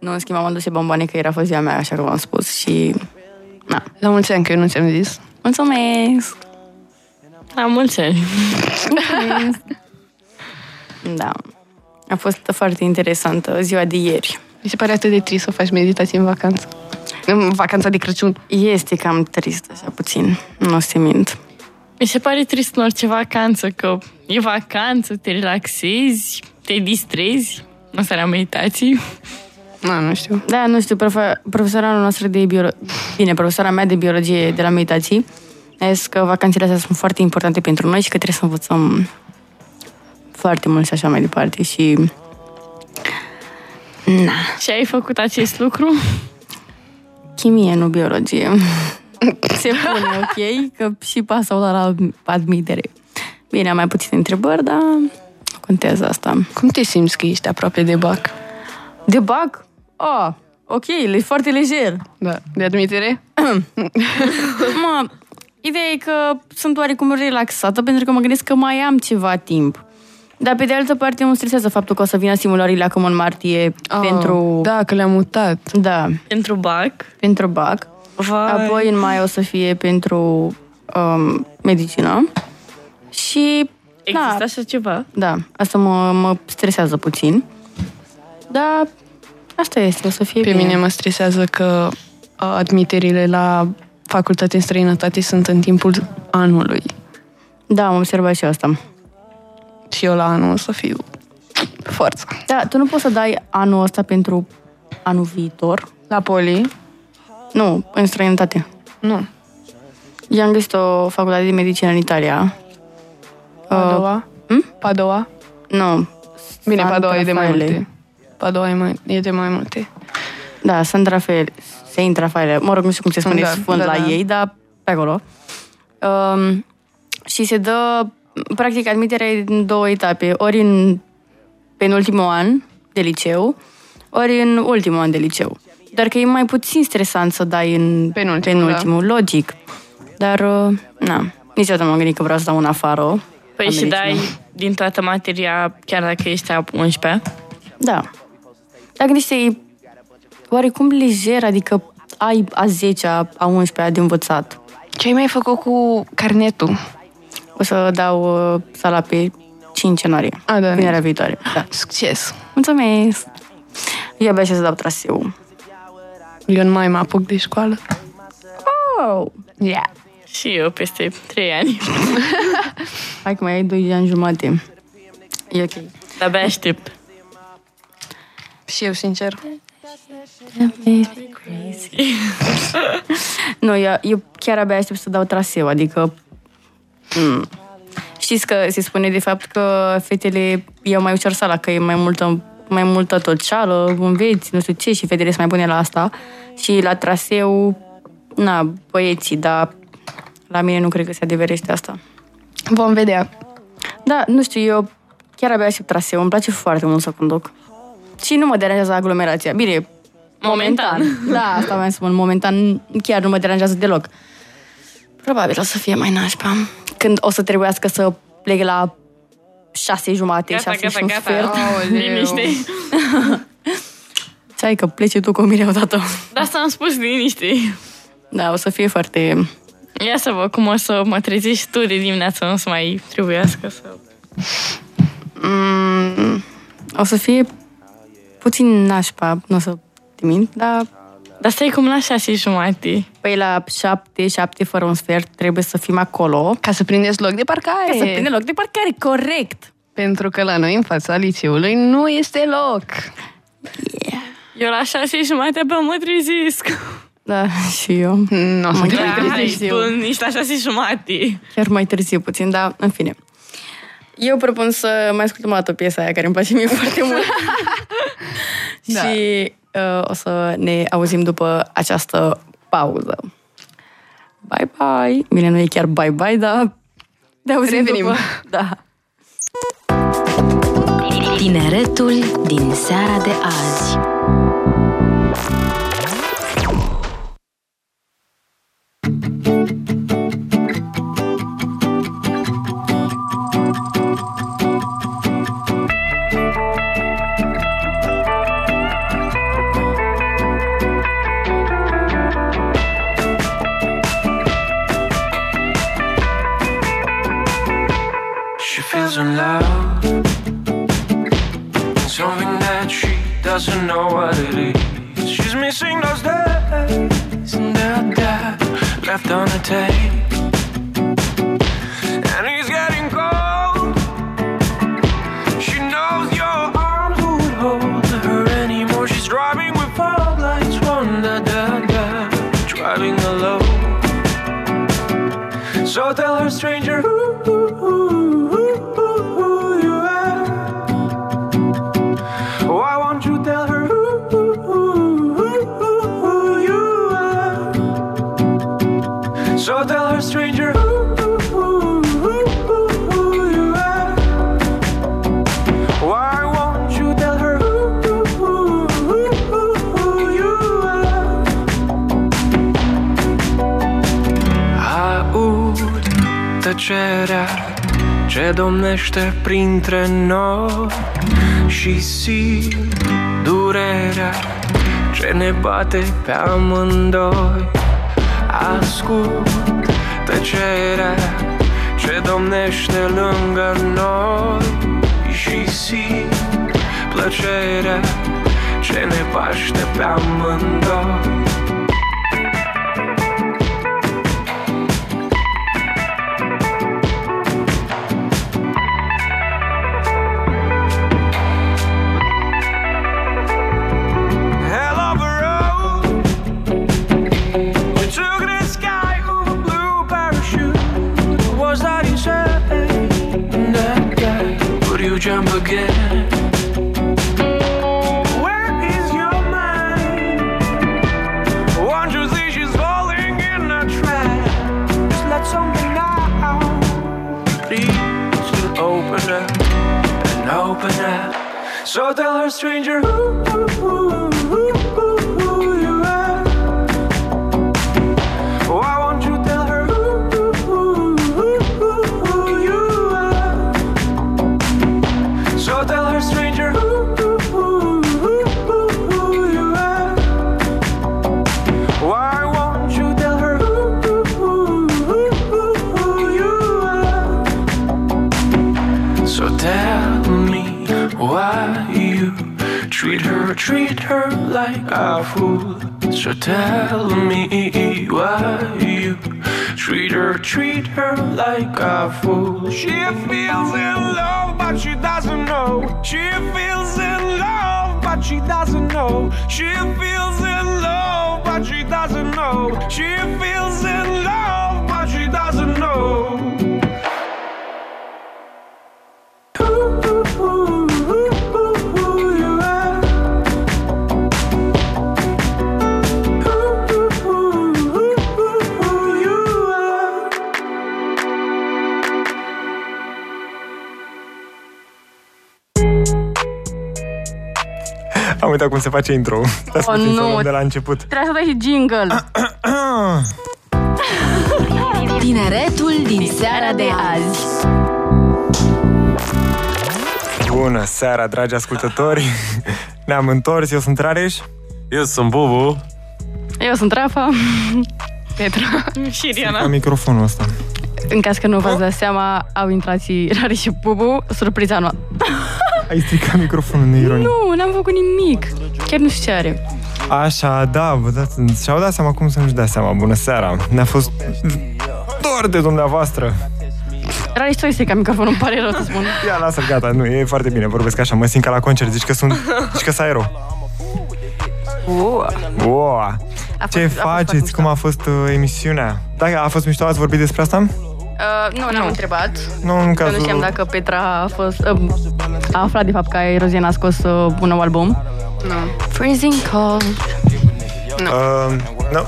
Speaker 2: Nu, în schimb, am adus și bomboane că era fost ziua mea, așa cum am spus și... Na.
Speaker 4: La mulți ani că eu nu ți-am zis.
Speaker 2: Mulțumesc!
Speaker 3: La mulți ani.
Speaker 2: Da. A fost foarte interesantă ziua de ieri.
Speaker 4: Mi se pare atât de trist să faci meditații în vacanță. În vacanța de Crăciun.
Speaker 2: Este cam trist, așa puțin. Nu o să te mint.
Speaker 3: Mi se pare trist în orice vacanță, că e vacanță, te relaxezi, te distrezi, nu să la meditații.
Speaker 4: Nu, nu știu.
Speaker 2: Da, nu știu, profe- profesora noastră de biologie... Bine, profesora mea de biologie de la meditații a zis că vacanțele astea sunt foarte importante pentru noi și că trebuie să învățăm foarte mult și așa mai departe și... Na,
Speaker 3: Și ai făcut acest lucru?
Speaker 2: chimie, nu biologie. Se pune, ok? Că și pasau la admitere. Bine, am mai puține întrebări, dar nu contează asta.
Speaker 4: Cum te simți că ești aproape de bac?
Speaker 2: De bug? Oh, ok, e foarte lejer.
Speaker 4: Da. De admitere?
Speaker 2: Mă, ideea e că sunt oarecum relaxată pentru că mă gândesc că mai am ceva timp. Dar pe de altă parte mă stresează faptul că o să vină simulările acum în martie oh, pentru...
Speaker 4: Da, că le-am mutat.
Speaker 2: da,
Speaker 3: Pentru BAC?
Speaker 2: pentru BAC.
Speaker 3: Vai.
Speaker 2: Apoi în mai o să fie pentru um, medicină. Și
Speaker 3: Există
Speaker 2: da,
Speaker 3: așa ceva?
Speaker 2: da, asta mă, mă stresează puțin. Dar asta este, o să fie
Speaker 4: Pe
Speaker 2: bine.
Speaker 4: mine mă stresează că a, admiterile la facultate în străinătate sunt în timpul anului.
Speaker 2: Da, am observat și asta.
Speaker 4: Și eu la anul o să fiu forță.
Speaker 2: Da, tu nu poți să dai anul ăsta pentru anul viitor.
Speaker 4: La poli?
Speaker 2: Nu, în străinătate.
Speaker 4: Nu.
Speaker 2: Eu am găsit o facultate de medicină în Italia.
Speaker 4: Padova?
Speaker 2: hmm?
Speaker 4: Padova?
Speaker 2: Nu.
Speaker 4: hm? Bine,
Speaker 2: San
Speaker 4: Padova e de mai
Speaker 2: Raffaele.
Speaker 4: multe. Padova e, mai, e de mai multe.
Speaker 2: Da, San Rafael, Saint Rafael, mă rog, nu știu cum se spune
Speaker 4: Da,
Speaker 2: da, sfânt
Speaker 4: da,
Speaker 2: da, la
Speaker 4: da.
Speaker 2: ei, dar pe acolo. Um, și se dă, practic, admiterea e în două etape, ori în penultimul an de liceu, ori în ultimul an de liceu. Dar că e mai puțin stresant să dai în
Speaker 4: Penultimul,
Speaker 2: penultimul logic. Dar, uh, na, niciodată m-am gândit că vreau să dau un afară.
Speaker 3: Păi și dai din toată materia, chiar dacă ești a 11
Speaker 2: Da. Dacă gândește, e oarecum lejer, adică ai a 10-a, a 11-a de învățat.
Speaker 4: Ce ai mai făcut cu carnetul?
Speaker 2: O să dau uh, sala pe 5 ianuarie.
Speaker 4: A, da,
Speaker 2: Vinerea viitoare. Da.
Speaker 4: Succes!
Speaker 2: Mulțumesc! Eu abia aștept să dau traseu.
Speaker 4: Eu în mai mă apuc de școală.
Speaker 2: Oh!
Speaker 4: Yeah.
Speaker 3: și eu peste 3 ani.
Speaker 2: Hai că mai ai 2 ani jumate. E ok.
Speaker 3: De-abia aștept.
Speaker 4: Și eu, sincer.
Speaker 2: Nu, eu, eu chiar abia aștept să dau traseu, adică... Mm. Știți că se spune de fapt că fetele iau mai ușor sala, că e mai multă, mai multă toceală, înveți, nu știu ce, și fetele sunt mai bune la asta. Și la traseu, na, băieții, dar la mine nu cred că se adeverește asta.
Speaker 4: Vom vedea.
Speaker 2: Da, nu știu, eu chiar abia aștept traseu, îmi place foarte mult să conduc. Și nu mă deranjează aglomerația. Bine,
Speaker 3: Momentan.
Speaker 2: Da, asta vreau să spun. Momentan chiar nu mă deranjează deloc. Probabil o să fie mai nașpa. Când o să trebuiască să plec la șase jumate,
Speaker 3: Gata,
Speaker 2: șase
Speaker 3: gata,
Speaker 2: și un sfert.
Speaker 3: gata. Liniște.
Speaker 2: Ți-ai că pleci tu cu mine odată.
Speaker 3: Dar asta am spus liniște.
Speaker 2: Da, o să fie foarte...
Speaker 3: Ia să văd cum o să mă trezești tu de dimineață, nu să mai trebuiască să...
Speaker 2: Mm, o să fie puțin nașpa, nu o să te mint, dar
Speaker 3: Dar stai cum la șase jumate.
Speaker 2: păi la șapte, șapte fără un sfert trebuie să fim acolo.
Speaker 4: Ca să prindeți loc de parcare.
Speaker 2: Ca să prinde loc de parcare, corect.
Speaker 4: Pentru că la noi, în fața liceului, nu este loc.
Speaker 3: Eu la șase jumate abia mă trezesc.
Speaker 2: Da, și eu.
Speaker 4: Nu o să
Speaker 2: Mă
Speaker 4: te
Speaker 2: gândeam.
Speaker 4: mai
Speaker 3: Da,
Speaker 4: trezi.
Speaker 3: hai,
Speaker 2: târziu.
Speaker 3: tu nici la șase jumate.
Speaker 2: Chiar mai târziu puțin, dar în fine. Eu propun să mai ascultăm o dată piesa aia care îmi place mie foarte mult.
Speaker 4: Da.
Speaker 2: Și uh, o să ne auzim după această pauză. Bye, bye! Bine, nu e chiar bye-bye, dar ne auzim
Speaker 4: Revenim.
Speaker 2: după. Da.
Speaker 1: Tineretul din seara de azi.
Speaker 5: She feels in love. Something that she doesn't know what it is. She's missing those days and that dad left on the tape. And he's getting cold. She knows your arms would hold her anymore. She's driving with fog lights, one da da da, driving alone. So tell her, stranger, who, who, who, who, who you are. Why won't you tell her who, who, who, who, who, who you are? So tell her, stranger, who, who, who, who, who, who you are. Why won't you tell her who, who, who, who, who, who you are? Aud tăcerea ce domnește printre noi Și simt durerea ce ne bate pe amândoi Ascult tăcerea ce domnește lângă noi Și simt plăcerea ce ne paște pe amândoi hell of a road. You took the sky with a blue parachute. What Was that you said? That day, would you jump again? Where is your mind? Won't you see she's falling in a trap? Just let something out. Please open up and open up. So tell her, stranger, who, who, who, who, who, who you are. Why won't you tell her who, who, who, who, who, who you are? So tell her, stranger, who, who, who, who, who, who you are. Why won't you tell her who, who, who, who, who, who you are? So tell me why you treat her, treat her like a fool. So tell me why you treat her, treat her like a fool. She feels in love, but she doesn't know. She feels in love, but she doesn't know. She feels in love, but she doesn't know. She feels in love, but she doesn't know.
Speaker 7: Am uitat cum se face intro. Las
Speaker 2: Oh,
Speaker 7: puțin să o
Speaker 2: nu.
Speaker 7: luăm de la început.
Speaker 2: Trebuie să dai și jingle.
Speaker 1: Tineretul din seara de azi.
Speaker 7: Bună seara, dragi ascultători! Ne-am întors, eu sunt Rareș.
Speaker 8: Eu sunt Bubu.
Speaker 2: Eu sunt Rafa.
Speaker 4: Petra.
Speaker 3: Și
Speaker 7: Am
Speaker 3: Iriana.
Speaker 7: microfonul ăsta.
Speaker 2: În caz că nu v-ați dat seama, au intrat și Rari și Bubu. Surpriza noastră.
Speaker 7: Ai stricat microfonul, nu ironic.
Speaker 2: Nu, n-am făcut nimic. Chiar nu știu ce are.
Speaker 7: Așa, da, vă dați, și-au dat seama cum să nu-și dea seama. Bună seara! Ne-a fost dor de dumneavoastră.
Speaker 2: Rari și tu ai stricat microfonul, îmi pare rău să spun.
Speaker 7: Ia, lasă-l, gata, nu, e foarte bine, vorbesc așa, mă simt ca la concert, zici că sunt, zici că sairo. Wow. Ce
Speaker 2: a fost foarte
Speaker 7: faceți? Cum a fost uh, emisiunea? Da, a fost mișto, ați vorbit despre asta?
Speaker 2: Uh, nu, n-am
Speaker 3: Nu.
Speaker 2: întrebat.
Speaker 7: Nu, în
Speaker 2: Că nu știam
Speaker 7: cazul...
Speaker 2: dacă Petra a fost... Uh, a aflat de fapt că Erozian a scos uh, un nou album.
Speaker 4: Nu,
Speaker 2: Freezing Cold.
Speaker 7: Uh, nu,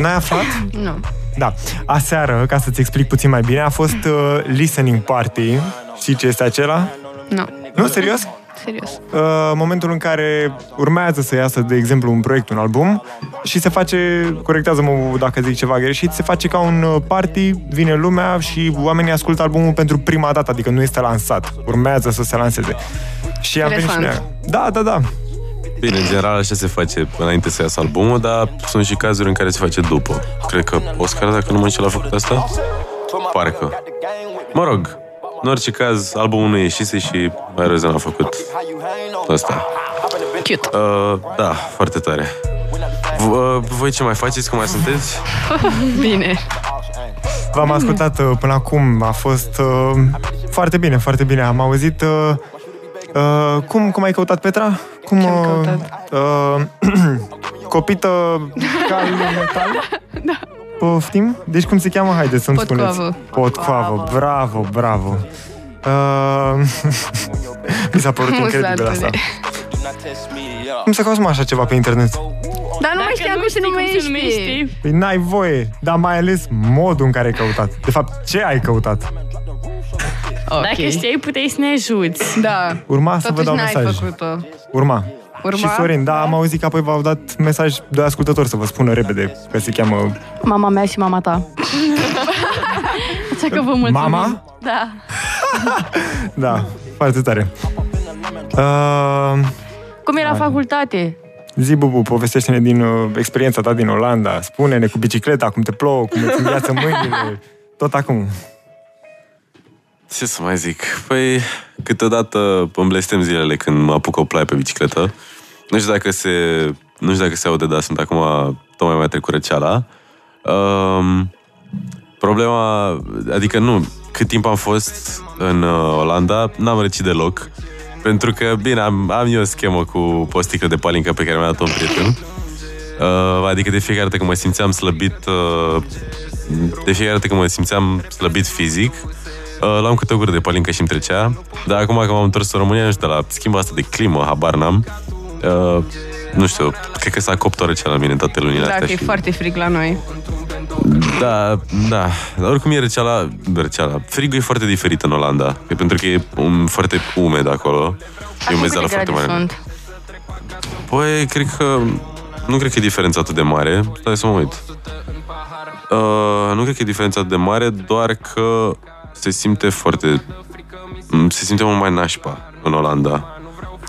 Speaker 7: n-ai aflat?
Speaker 4: nu.
Speaker 7: Da. Aseară, ca să-ți explic puțin mai bine, a fost uh, listening party. Știi ce este acela?
Speaker 4: Nu,
Speaker 7: Nu, serios?
Speaker 4: serios.
Speaker 7: Uh, momentul în care urmează să iasă, de exemplu, un proiect, un album și se face, corectează-mă dacă zic ceva greșit, se face ca un uh, party, vine lumea și oamenii ascultă albumul pentru prima dată, adică nu este lansat, urmează să se lanseze. Și am prins și
Speaker 4: Interesant.
Speaker 7: noi- Da, da, da.
Speaker 8: Bine, în general așa se face înainte să iasă albumul, dar sunt și cazuri în care se face după. Cred că Oscar, dacă nu mă înșel, a făcut asta? Parcă. Mă rog, în orice caz, albumul nu ieșise și Aerozan a făcut asta.
Speaker 4: Cute.
Speaker 8: Uh, da, foarte tare. V- uh, voi ce mai faceți? Cum mai sunteți?
Speaker 4: Bine.
Speaker 7: V-am ascultat uh, până acum, a fost uh, foarte bine, foarte bine. Am auzit... Uh, uh, cum, cum ai căutat, Petra? Cum...
Speaker 4: Ce am
Speaker 7: uh, uh, copită cal metal? da. Poftim? Deci cum se cheamă? Haideți să-mi
Speaker 4: Potcoavă.
Speaker 7: spuneți. Potcoavă. Bravo, bravo. Uh, mi s-a părut incredibil
Speaker 4: Amuzantule.
Speaker 7: asta. Cum să cauți mă așa ceva pe internet?
Speaker 4: Dar nu mai
Speaker 3: Dacă
Speaker 4: știam cum se
Speaker 3: știi
Speaker 4: numește.
Speaker 7: Păi n-ai voie, dar mai ales modul în care ai căutat. De fapt, ce ai căutat?
Speaker 4: Ok.
Speaker 3: Dacă știai, puteai să ne ajuți.
Speaker 4: Da.
Speaker 7: Urma să vă
Speaker 4: Totuși
Speaker 7: dau
Speaker 4: n-ai
Speaker 7: mesaj.
Speaker 4: făcut-o.
Speaker 7: Urma.
Speaker 4: Urma?
Speaker 7: Și Sorin, da, am auzit că apoi v-au dat mesaj de ascultători să vă spună repede că se cheamă
Speaker 2: Mama mea și mama ta. Așa că vă mulțumim.
Speaker 7: Mama?
Speaker 2: Da.
Speaker 7: Da, foarte tare. Uh,
Speaker 2: Cum era facultate?
Speaker 7: zi, Bubu, povestește-ne din uh, experiența ta din Olanda. Spune-ne cu bicicleta, cum te plouă, cum îți îngheață mâinile. Tot acum.
Speaker 8: Ce să mai zic? Păi, câteodată îmi blestem zilele când mă apuc o ploaie pe bicicletă. Nu știu dacă se, nu știu dacă se aude, dar sunt acum, tocmai mi-a trecut răceala. Um, problema, adică nu, cât timp am fost în uh, Olanda, n-am răcit deloc. Pentru că, bine, am, am eu o schemă cu o sticlă de palincă pe care mi-a dat-o un prieten. Uh, adică de fiecare dată când mă simțeam slăbit, uh, de fiecare dată când mă simțeam slăbit fizic, uh, luam câte o gură de palincă și îmi trecea. Dar acum că m-am întors în România, nu știu, de la schimba asta de climă, habar n-am. Uh, nu știu, cred că s-a copt o răceală în mine toate lunile
Speaker 4: Da,
Speaker 8: astea.
Speaker 4: că e
Speaker 8: și-
Speaker 4: foarte frig la noi.
Speaker 8: da, da. Dar oricum e răceala, răceala. Frigul e foarte diferit în Olanda. E pentru că e um, foarte umed acolo. E
Speaker 2: Acum
Speaker 8: umezală
Speaker 2: câte
Speaker 8: foarte
Speaker 2: grade
Speaker 8: mare.
Speaker 2: sunt?
Speaker 8: Păi, cred că... Nu cred că e diferența atât de mare. Stai să mă uit. Uh, nu cred că e diferența atât de mare, doar că se simte foarte... m, Se simte mult mai nașpa în Olanda.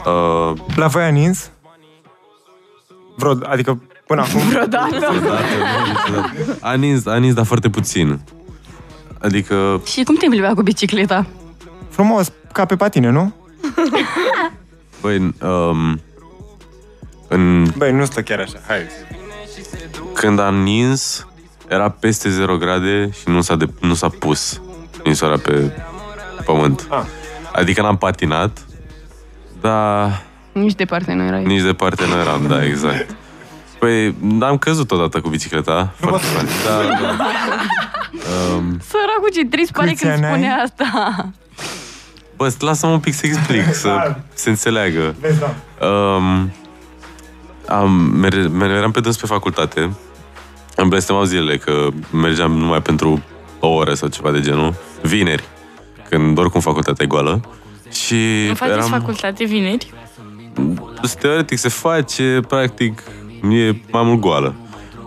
Speaker 8: Uh,
Speaker 7: La voi a nins? Vreo, adică până acum...
Speaker 8: vreodată, nu, niciodată. a nins, a nins, dar foarte puțin. Adică
Speaker 2: Și cum te împlimbea cu bicicleta?
Speaker 7: Frumos, ca pe patine, nu?
Speaker 8: Băi, în, um, în,
Speaker 7: Băi, nu stă chiar așa, hai.
Speaker 8: când a nins, era peste 0 grade și nu s-a, de, nu s-a pus ninsoarea pe pământ.
Speaker 7: Ah.
Speaker 8: Adică n-am patinat, dar
Speaker 4: Nici departe nu erai.
Speaker 8: nici departe nu eram, da, exact. Păi, am căzut odată cu bicicleta, foarte funny, da, da.
Speaker 2: Săracul ce trist pare
Speaker 7: Câți
Speaker 2: când
Speaker 7: ani ai?
Speaker 2: spune asta.
Speaker 8: Bă, lasă-mă un pic să explic, să se înțeleagă.
Speaker 7: Vezi, da.
Speaker 8: Um, am, mere, mere, eram pe dâns pe facultate. Îmi blestemau zilele că mergeam numai pentru o oră sau ceva de genul. Vineri, când oricum facultatea e goală. Și
Speaker 3: Nu faceți
Speaker 8: eram...
Speaker 3: facultate vineri?
Speaker 8: Teoretic se face, practic e mai mult goală.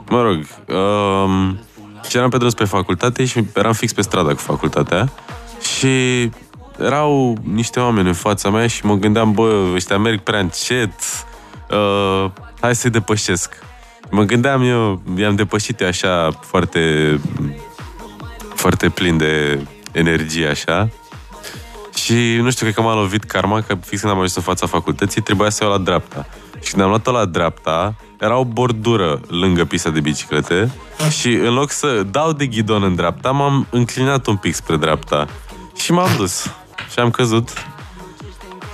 Speaker 8: Mă rog, um, și eram pe drum spre facultate și eram fix pe strada cu facultatea și erau niște oameni în fața mea și mă gândeam, bă, ăștia merg prea încet, uh, hai să-i depășesc. Mă gândeam eu, i-am depășit eu așa foarte, foarte plin de energie așa și nu știu, cred că m-a lovit karma că fix când am ajuns în fața facultății, trebuia să iau la dreapta. Și când am luat-o la dreapta, era o bordură lângă pista de biciclete și în loc să dau de ghidon în dreapta, m-am înclinat un pic spre dreapta și m-am dus și am căzut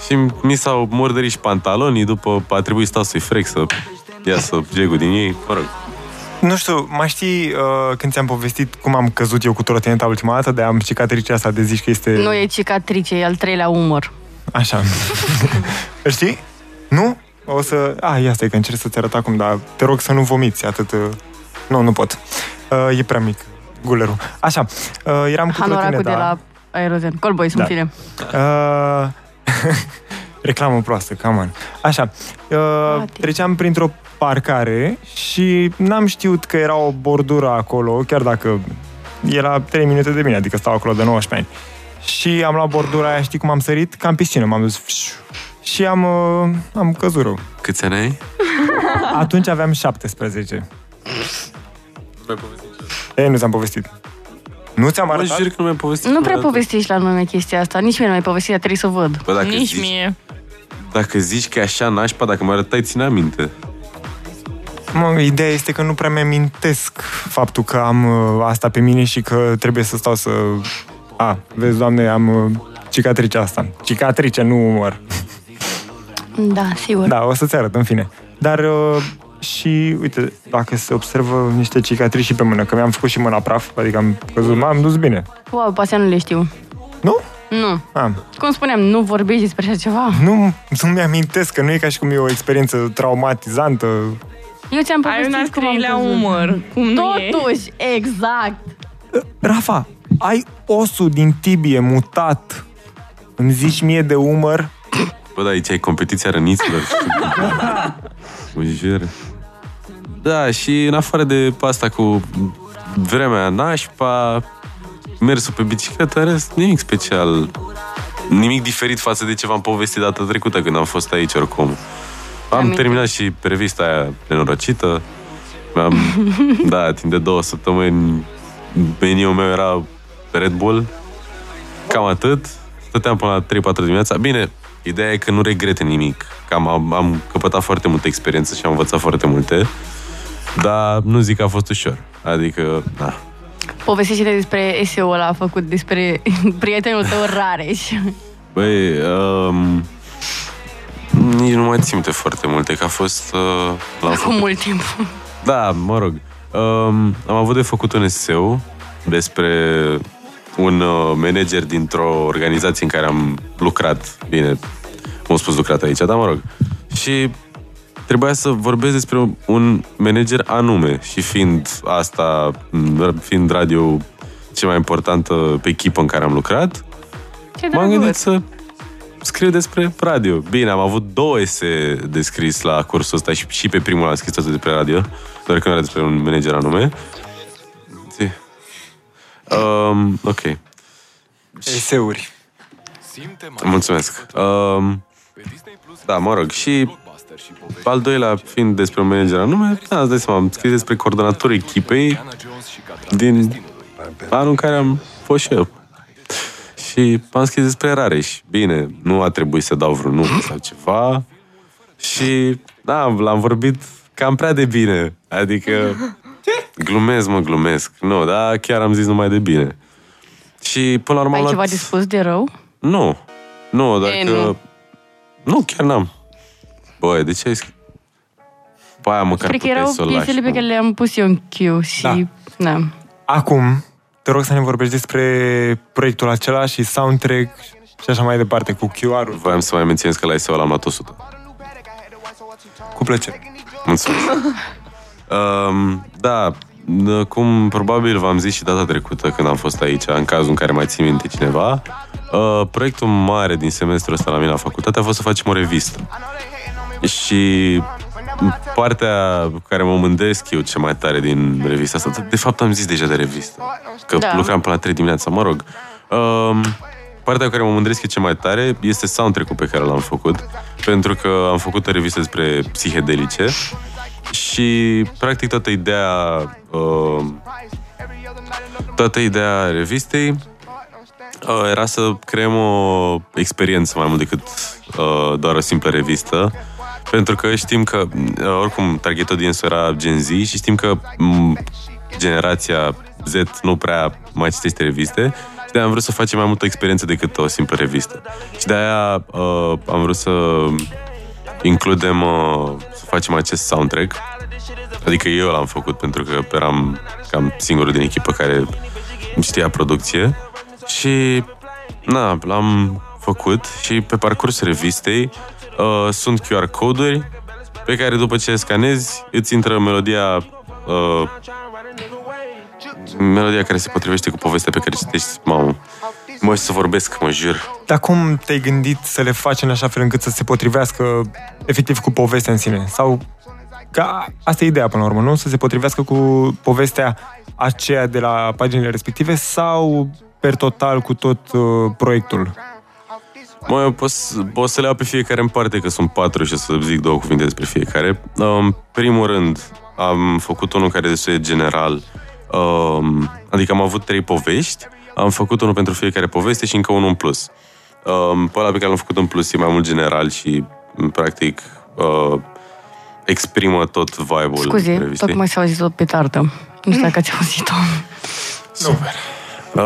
Speaker 8: și mi s-au murdărit și pantalonii, după a trebuit să stau să-i frec, să iasă jegul din ei, mă rog.
Speaker 7: Nu știu, mai știi uh, când ți-am povestit cum am căzut eu cu trotineta ultima dată, de am cicatricea asta de zici că este...
Speaker 2: Nu e cicatrice, e al treilea umăr.
Speaker 7: Așa. Știi? Nu? O să... Ah, ia stai că încerc să-ți arăt acum, dar te rog să nu vomiți atât... uh, Nu, nu pot. Uh, e prea mic gulerul. Așa, uh, eram cu
Speaker 2: Hanoracul de
Speaker 7: trotineta.
Speaker 2: la aerozen. Colboi, sunt da.
Speaker 7: Da.
Speaker 2: fire.
Speaker 7: Uh, reclamă proastă, cam on. Așa, uh,
Speaker 2: Poate.
Speaker 7: treceam printr-o parcare și n-am știut că era o bordură acolo, chiar dacă era 3 minute de mine, adică stau acolo de 19 ani. Și am luat bordura aia, știi cum am sărit? Ca în piscină, m-am dus fșu, și am, uh, am căzut rău.
Speaker 8: Câți ani ai?
Speaker 7: Atunci aveam 17.
Speaker 8: Nu mi-ai povestit.
Speaker 7: Ei, nu ți-am povestit. Nu ți-am
Speaker 8: Mă
Speaker 7: arătat?
Speaker 8: jur că nu mi-ai povestit.
Speaker 2: Nu prea
Speaker 8: niciodată.
Speaker 2: povestești la mine chestia asta. Nici mie nu mai povestit, dar trebuie să o văd.
Speaker 8: Bă, dacă
Speaker 3: Nici
Speaker 8: zici,
Speaker 3: mie.
Speaker 8: Dacă zici că e așa nașpa, dacă mă arătai, ține aminte.
Speaker 7: Mă, ideea este că nu prea mi-amintesc faptul că am uh, asta pe mine și că trebuie să stau să... A, vezi, doamne, am uh, cicatrice asta. Cicatrice, nu umor.
Speaker 2: Da, sigur.
Speaker 7: Da, o să-ți arăt, în fine. Dar uh, și, uite, dacă se observă niște cicatrici și pe mână, că mi-am făcut și mâna praf, adică am căzut, m-am dus bine.
Speaker 2: Wow, poate nu le știu.
Speaker 7: Nu?
Speaker 2: Nu.
Speaker 7: A,
Speaker 2: Cum spuneam, nu vorbești despre așa ceva.
Speaker 7: nu, nu mi-amintesc, că nu e ca și cum e o experiență traumatizantă.
Speaker 2: Eu ți-am
Speaker 3: Ai un
Speaker 2: povestit
Speaker 3: al
Speaker 2: cum am
Speaker 3: treilea
Speaker 2: căzut.
Speaker 3: umăr. Cum nu e?
Speaker 2: Totuși, exact.
Speaker 7: Rafa, ai osul din tibie mutat. Îmi zici mie de umăr?
Speaker 8: Bă, da, aici ai competiția răniților. mă jur. Da, și în afară de asta cu vremea nașpa, mersul pe bicicletă, în rest, nimic special. Nimic diferit față de ce v-am povestit data trecută când am fost aici oricum. Am
Speaker 2: Aminte.
Speaker 8: terminat și revista aia nenorocită. Am, da, timp de două săptămâni meniul meu era Red Bull. Cam atât. Stăteam până la 3-4 dimineața. Bine, ideea e că nu regrete nimic. Că am, am, am căpătat foarte multă experiență și am învățat foarte multe. Dar nu zic că a fost ușor. Adică, da.
Speaker 2: Povestește despre SEO-ul ăla făcut despre prietenul tău Rareș.
Speaker 8: Băi, um, nici nu mai țin minte foarte multe, că a fost... Uh, l-am
Speaker 2: Cu mult timp.
Speaker 8: Da, mă rog. Um, am avut de făcut un eseu despre un uh, manager dintr-o organizație în care am lucrat. Bine, am spus lucrat aici, dar mă rog. Și trebuia să vorbesc despre un manager anume și fiind asta, m, fiind radio cea mai importantă echipă în care am lucrat,
Speaker 2: Ce
Speaker 8: M-am
Speaker 2: drăguț.
Speaker 8: gândit să scriu despre radio. Bine, am avut două ese de scris la cursul ăsta și, și pe primul am scris tot despre radio, doar că nu era despre un manager anume. Zi. Um, ok,
Speaker 7: Eseuri.
Speaker 8: mulțumesc. Um, da, mă rog, și al doilea fiind despre un manager anume, da, îți dai seama, am scris despre coordonatorul echipei din anul în care am fost și eu. Și am scris despre Rareș. Bine, nu a trebuit să dau vreun nume sau ceva. Și, da, l-am vorbit cam prea de bine. Adică... Glumesc, mă, glumesc. Nu, dar chiar am zis numai de bine. Și până la urmă
Speaker 2: Ai
Speaker 8: am
Speaker 2: ceva
Speaker 8: luat...
Speaker 2: de spus de rău?
Speaker 8: Nu. Nu, dacă...
Speaker 4: E, nu.
Speaker 8: nu, chiar n-am. Băi, de ce ai scris? Pe aia măcar
Speaker 2: Cred că
Speaker 8: puteai
Speaker 2: erau
Speaker 8: să o lași,
Speaker 2: piesele pe
Speaker 8: mă.
Speaker 2: care le-am pus eu în Q și...
Speaker 7: Da.
Speaker 2: Da.
Speaker 7: Acum, te rog să ne vorbești despre proiectul acela și soundtrack și așa mai departe, cu QR-ul.
Speaker 8: Voiam să mai menționez că la ISO l-am luat 100.
Speaker 7: Cu plăcere.
Speaker 8: Mulțumesc. um, da, n- cum probabil v-am zis și data trecută când am fost aici, în cazul în care mai țin minte cineva, uh, proiectul mare din semestrul ăsta la mine la facultate a fost să facem o revistă. Și partea cu care mă mândesc eu ce mai tare din revista asta, de fapt am zis deja de revistă, că da.
Speaker 2: Da.
Speaker 8: lucram până la 3 dimineața, mă rog. Um, partea cu care mă mândresc eu ce mai tare este soundtrack-ul pe care l-am făcut, pentru că am făcut o revistă despre psihedelice și practic toată ideea uh, toată ideea revistei uh, era să creăm o experiență mai mult decât uh, doar o simplă revistă. Pentru că știm că, uh, oricum, targetul din era Gen Z și știm că m, generația Z nu prea mai citește reviste și de-aia am vrut să facem mai mult o experiență decât o simplă revistă. Și de-aia uh, am vrut să includem uh, să facem acest soundtrack. Adică eu l-am făcut pentru că eram cam singurul din echipă care știa producție și na, l-am făcut și pe parcursul revistei uh, sunt QR coduri pe care după ce le scanezi îți intră melodia uh, melodia care se potrivește cu povestea pe care citești, mamă. Mă, să vorbesc, mă jur.
Speaker 7: Dar cum te-ai gândit să le faci în așa fel încât să se potrivească efectiv cu povestea în sine? Sau Că asta e ideea până la urmă, nu? Să se potrivească cu povestea aceea de la paginile respective sau per total cu tot uh, proiectul?
Speaker 8: Mă, eu pot, să- pot să le iau pe fiecare în parte, că sunt patru și o să zic două cuvinte despre fiecare. În primul rând, am făcut unul care e destul de general, um, adică am avut trei povești, am făcut unul pentru fiecare poveste și încă unul în plus. Um, Pe ăla pe care l-am făcut în plus e mai mult general și, m, practic, uh, exprimă tot vibe-ul
Speaker 2: Scuze,
Speaker 8: revistei.
Speaker 2: tocmai s-a auzit o petardă. Nu știu dacă ați auzit-o.
Speaker 8: Um,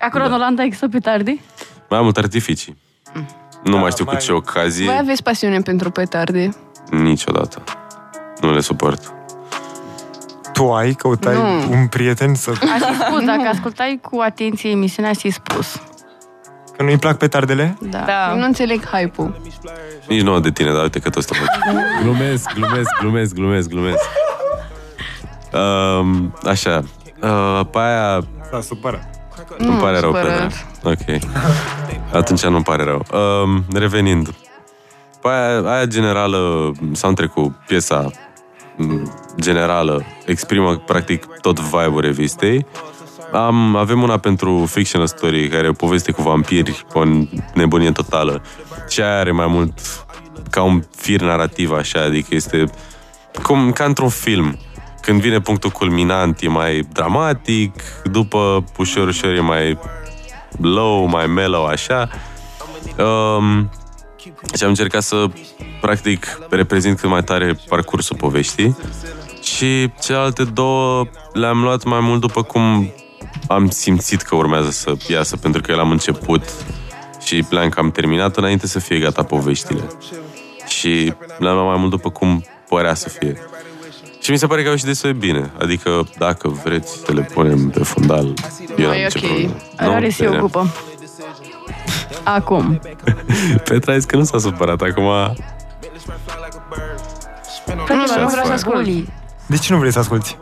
Speaker 2: Acolo în Olanda există petarde?
Speaker 8: Mai mult artificii. Nu mai știu
Speaker 7: mai-
Speaker 8: cu ce ocazie,
Speaker 4: Voi aveți pasiune pentru petarde?
Speaker 8: niciodată. Nu le suport.
Speaker 7: Tu ai căutai
Speaker 4: Nu.
Speaker 7: un prieten să...
Speaker 2: Aș fi spus, dacă ascultai cu atenție emisiunea, aș fi spus.
Speaker 7: Că nu-i plac petardele?
Speaker 2: Da.
Speaker 3: Da.
Speaker 4: Nu înțeleg hype-ul.
Speaker 8: Nici nouă de tine, dar uite că toți te fac. Glumesc, glumesc, glumesc, glumesc, glumesc. Um, așa. Uh, pe aia
Speaker 7: S-a supărat.
Speaker 4: Nu
Speaker 8: îmi pare rău pe
Speaker 4: supărat.
Speaker 8: Ok. Atunci nu-mi pare rău. Um, revenind. Pe aia, aia generală, soundtrack-ul, piesa m, generală, exprimă practic tot vibe-ul revistei. Am, avem una pentru Fictional Story, care e o poveste cu vampiri, o nebunie totală. Și aia are mai mult ca un fir narrativ, așa, adică este cum, ca într-un film. Când vine punctul culminant e mai dramatic, după ușor, ușor e mai low, mai mellow, așa. Um, și am încercat să, practic, reprezint cât mai tare parcursul poveștii. Și celelalte două le-am luat mai mult după cum am simțit că urmează să iasă, pentru că l-am început și le-am cam terminat înainte să fie gata poveștile. Și le-am luat mai mult după cum părea să fie. Și mi se pare că au ieșit destul de bine. Adică, dacă vreți să le punem pe fundal, eu n-am
Speaker 4: e
Speaker 8: nicio
Speaker 4: ok.
Speaker 8: problemă. Nu,
Speaker 2: Păi, Are și
Speaker 8: bine.
Speaker 2: eu gupă. Acum.
Speaker 8: Petra a zis că nu s-a supărat acum.
Speaker 2: Practic, nu vreau
Speaker 8: vreau să
Speaker 2: să
Speaker 8: ascult.
Speaker 2: ascult.
Speaker 7: De ce nu vrei să asculti?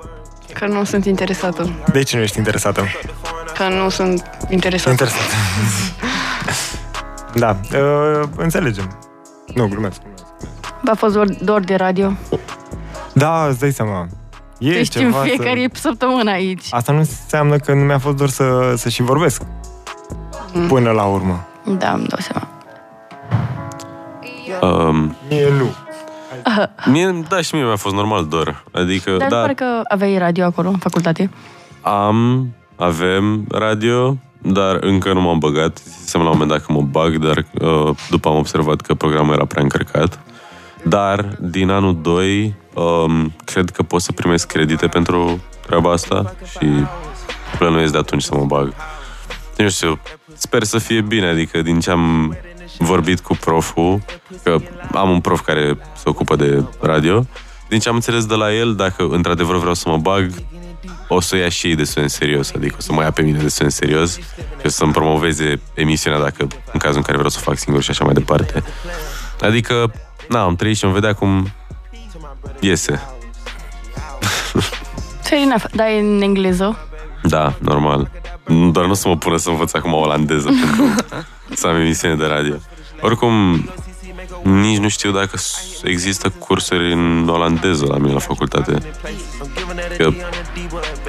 Speaker 4: Că nu sunt interesată.
Speaker 7: De ce nu ești interesată?
Speaker 4: Că nu sunt interesată.
Speaker 7: Interesant. da, uh, înțelegem. Nu, glumesc. glumesc.
Speaker 2: V-a fost dor, dor de radio.
Speaker 7: Da, îți dai seama. E
Speaker 2: Ești în
Speaker 7: ceva
Speaker 2: fiecare
Speaker 7: să...
Speaker 2: săptămână aici.
Speaker 7: Asta nu înseamnă că nu mi-a fost dor să, să și vorbesc.
Speaker 4: Mm.
Speaker 7: Până la urmă.
Speaker 2: Da, îmi dau seama.
Speaker 8: Um,
Speaker 7: Mie nu.
Speaker 8: mie, da, și mie mi-a fost normal doar. Adică,
Speaker 2: Dar da.
Speaker 8: da,
Speaker 2: pare că aveai radio acolo, în facultate.
Speaker 8: am, avem radio, dar încă nu m-am băgat. Zisem la un moment dat că mă bag, dar uh, după am observat că programul era prea încărcat. Dar din anul 2 um, cred că pot să primesc credite pentru treaba asta și plănuiesc de atunci să mă bag. Nu știu, sper să fie bine, adică din ce am vorbit cu proful, că am un prof care se ocupă de radio, din ce am înțeles de la el, dacă într-adevăr vreau să mă bag, o să o ia și ei destul în serios, adică o să mă ia pe mine destul în serios și o să-mi promoveze emisiunea dacă, în cazul în care vreau să o fac singur și așa mai departe. Adică, na, am trăit și am vedea cum iese.
Speaker 2: Fair enough. Dar e în engleză.
Speaker 8: Da, normal. Doar nu o să mă pună să învăț acum olandeză pentru să am emisiune de radio. Oricum, nici nu știu dacă s- există cursuri în olandeză la mine la facultate. Că,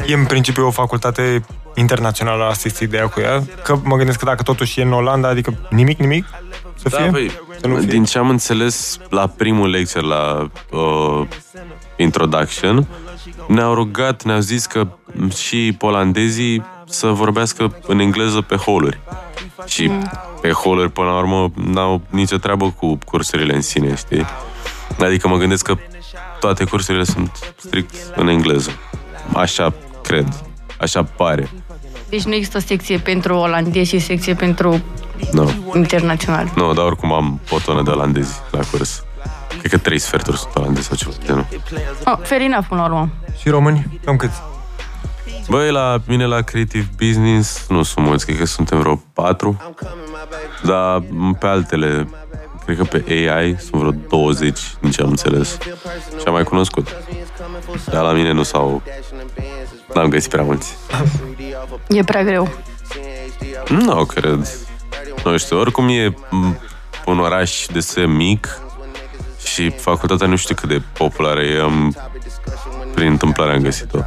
Speaker 7: E în principiu o facultate internațională, asta este ideea cu ea. Că mă gândesc că dacă totuși e în Olanda, adică nimic, nimic să fie.
Speaker 8: da, păi,
Speaker 7: Să nu fie.
Speaker 8: din ce am înțeles la primul lecture, la uh, introduction, ne-au rugat, ne-au zis că și polandezii să vorbească în engleză pe holuri. Și
Speaker 7: Mm.
Speaker 8: pe holuri, până la urmă, n-au nicio treabă cu cursurile în sine, știi? Adică mă gândesc că toate cursurile sunt strict în engleză. Așa cred. Așa pare.
Speaker 2: Deci nu există secție pentru olandezi și secție pentru
Speaker 8: Nu,
Speaker 4: internațional.
Speaker 8: nu, dar oricum am o tonă de olandezi la curs. Cred că trei sferturi sunt olandezi sau ceva de genul.
Speaker 2: Oh, fair enough, până la urmă.
Speaker 7: Și români? Cam câți?
Speaker 8: Băi, la mine la Creative Business nu sunt mulți, cred că suntem vreo patru, dar pe altele, cred că pe AI sunt vreo 20, din ce am înțeles. Și am mai cunoscut. Dar la mine nu s-au... N-am găsit prea mulți.
Speaker 2: E prea greu.
Speaker 8: Nu, cred. Nu știu, oricum e m, un oraș destul de mic și facultatea nu știu cât de populară e. Am, prin întâmplare am găsit-o.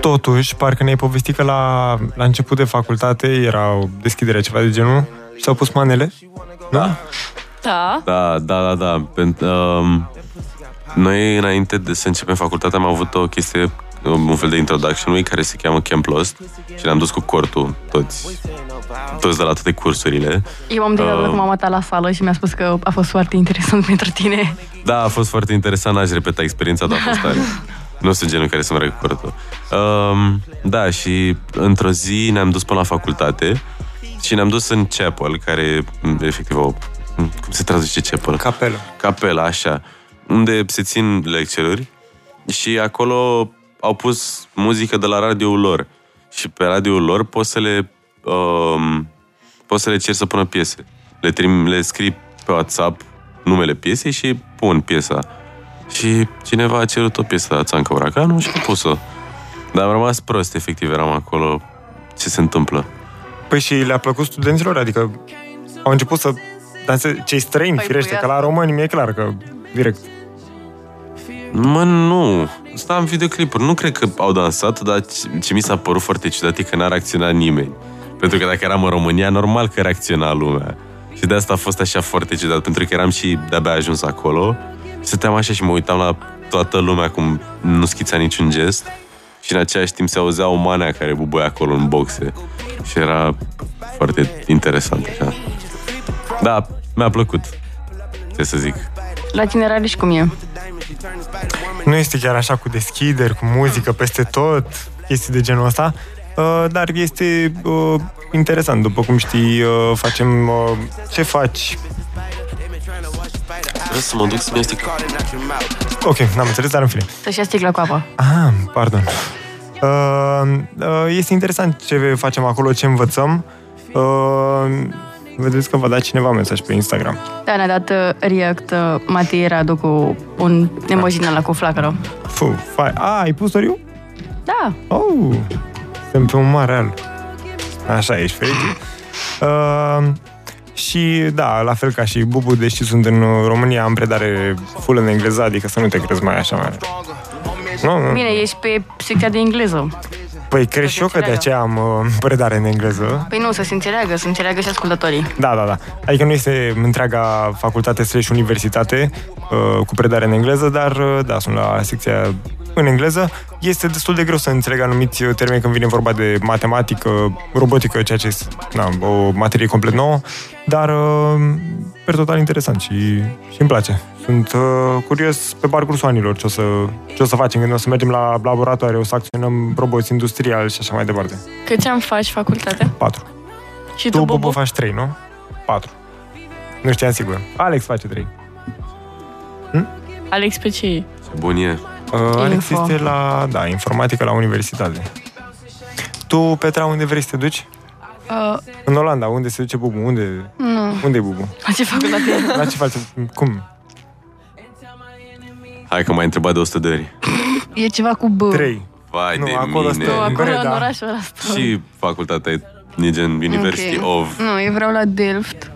Speaker 7: Totuși, parcă ne-ai povestit că la, la început de facultate era o deschidere, ceva de genul, și s-au pus manele. Da?
Speaker 3: Da.
Speaker 8: Da, da, da, da. Pentru, um, noi, înainte de să începem facultatea, am avut o chestie, un fel de introduction week care se cheamă Camp Lost și ne-am dus cu cortul toți, toți de la toate cursurile.
Speaker 2: Eu am
Speaker 8: Ah.
Speaker 2: dat uh. cu mama ta la sală și mi-a spus că a fost foarte interesant pentru tine.
Speaker 8: Da, a fost foarte interesant, n-aș repeta experiența, dar a fost tare. Nu sunt genul care să-mi recu cortul. Um, da, și într-o zi ne-am dus până la facultate și ne-am dus în chapel, care e m, efectiv o... m, Cum se traduce chapel?
Speaker 7: Capelă.
Speaker 8: capela, așa, unde se țin lecțiuri și acolo au pus muzică de la radioul lor. Și pe radioul lor poți să le, um, poți să le ceri să pună piese. Le, trim, le scrii pe WhatsApp numele piesei și pun piesa. Și cineva a cerut o piesă de la Țancă Uraganu și a pus-o. Dar am rămas prost, efectiv, eram acolo. Ce se întâmplă?
Speaker 7: Păi și le-a plăcut studenților? Adică au început să danseze cei străini,
Speaker 4: Păi,
Speaker 7: firește,
Speaker 4: păi
Speaker 7: că la români mi-e clar că direct.
Speaker 8: Mă, nu. Asta am videoclipuri. Nu cred că au dansat, dar ce, ce mi s-a părut foarte ciudat e că n-a reacționat nimeni. Pentru că dacă eram în România, normal că reacționa lumea. Și de asta a fost așa foarte ciudat, pentru că eram și de-abia ajuns acolo. Stăteam așa și mă uitam la toată lumea cum nu schița niciun gest. Și în același timp se auzea o manea care bubuia acolo în boxe. Și era foarte interesant așa. Da, mi-a plăcut. Ce să zic.
Speaker 4: La tinerari și cum e?
Speaker 7: Nu este chiar așa cu deschideri, cu muzică peste tot, chestii de genul ăsta, uh, dar este uh, interesant. După cum știi, uh, facem uh, ce faci.
Speaker 8: Vreau să mă duc să-mi iau sticla.
Speaker 7: Ok, n-am înțeles, dar în fine.
Speaker 2: Să-și ia sticla cu apa.
Speaker 7: Ah, pardon. Uh, uh, este interesant ce facem acolo, ce învățăm. Uh, vedeți că va da cineva mesaj pe Instagram.
Speaker 2: Da, ne-a dat uh, react uh, Matei Radu cu un emoji din ăla cu flacără.
Speaker 7: Fu, fai. A, ai pus oriu?
Speaker 2: Da,
Speaker 7: Oh, suntem pe un mare al. Așa, ești fericit. Uh, și da, la fel ca și Bubu, deși sunt în uh, România, am predare full în engleză, adică să nu te crezi mai așa mai. Nu, nu.
Speaker 2: bine, ești pe secția de engleză.
Speaker 7: Păi crezi și eu că de aceea am uh, predare în engleză.
Speaker 2: Păi nu, să se înțeleagă, să înțeleagă și ascultătorii.
Speaker 7: Da, da, da. Adică nu este întreaga facultate slash universitate uh, cu predare în engleză, dar uh, da, sunt la secția în engleză. Este destul de greu să înțeleg anumiți uh, termeni când vine vorba de matematică, robotică, ceea ce este na, o materie complet nouă, dar uh, pe total interesant și și îmi place. Sunt uh, curios pe parcursul anilor ce o să, ce o să facem când o să mergem la laboratoare, o să acționăm roboți industriali și așa mai departe.
Speaker 3: Cât ce am faci facultatea?
Speaker 7: 4.
Speaker 3: Și
Speaker 7: Tu,
Speaker 3: tu,
Speaker 7: Bobo,
Speaker 3: Bubu?
Speaker 7: faci 3, nu? 4. Nu știam sigur. Alex face 3.
Speaker 3: Alex, pe ce e?
Speaker 8: Bun e.
Speaker 7: Uh, Alex
Speaker 2: Info.
Speaker 7: este la, da, informatică la universitate. Tu, Petra, unde vrei să te duci?
Speaker 4: Uh,
Speaker 7: În Olanda, unde se duce Bubu? Unde,
Speaker 4: nu.
Speaker 7: unde e Bubu?
Speaker 2: La ce facultate?
Speaker 7: La ce faci? Cum?
Speaker 8: Hai că m-ai întrebat de 100 de ori.
Speaker 4: E ceva cu B.
Speaker 7: 3.
Speaker 8: Vai
Speaker 7: Nu,
Speaker 8: de
Speaker 7: acolo
Speaker 8: mine.
Speaker 7: stă-
Speaker 2: Acolo, în
Speaker 7: Breda.
Speaker 2: orașul ăla.
Speaker 8: Și facultatea e- e gen University
Speaker 4: Ok.
Speaker 8: of
Speaker 4: Nu, eu vreau la Delft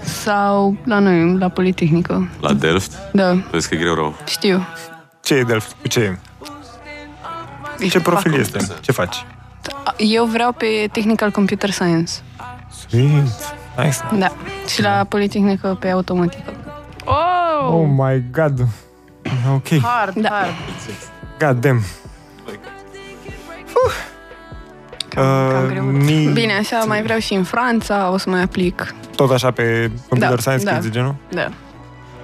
Speaker 4: sau la noi, la Politehnică.
Speaker 8: la Delft.
Speaker 4: Da,
Speaker 8: Vezi că e greu rău.
Speaker 4: știu.
Speaker 7: Ce e Delft? Cu ce e? Ce profil este? Ce faci?
Speaker 4: Eu vreau pe Technical Computer Science.
Speaker 7: Sweet. Nice.
Speaker 4: Da. Și la Politehnică pe automatică.
Speaker 3: Oh!
Speaker 7: Oh my god. Ok.
Speaker 2: Hard,
Speaker 4: Da.
Speaker 2: hard.
Speaker 7: God damn.
Speaker 4: cam
Speaker 7: Uh,
Speaker 4: greu.
Speaker 7: mi-
Speaker 4: Bine, așa mai vreau și în Franța, o să mai aplic.
Speaker 7: Tot așa pe computer
Speaker 4: Da,
Speaker 7: science,
Speaker 4: da.
Speaker 7: da. de genul?
Speaker 4: Da.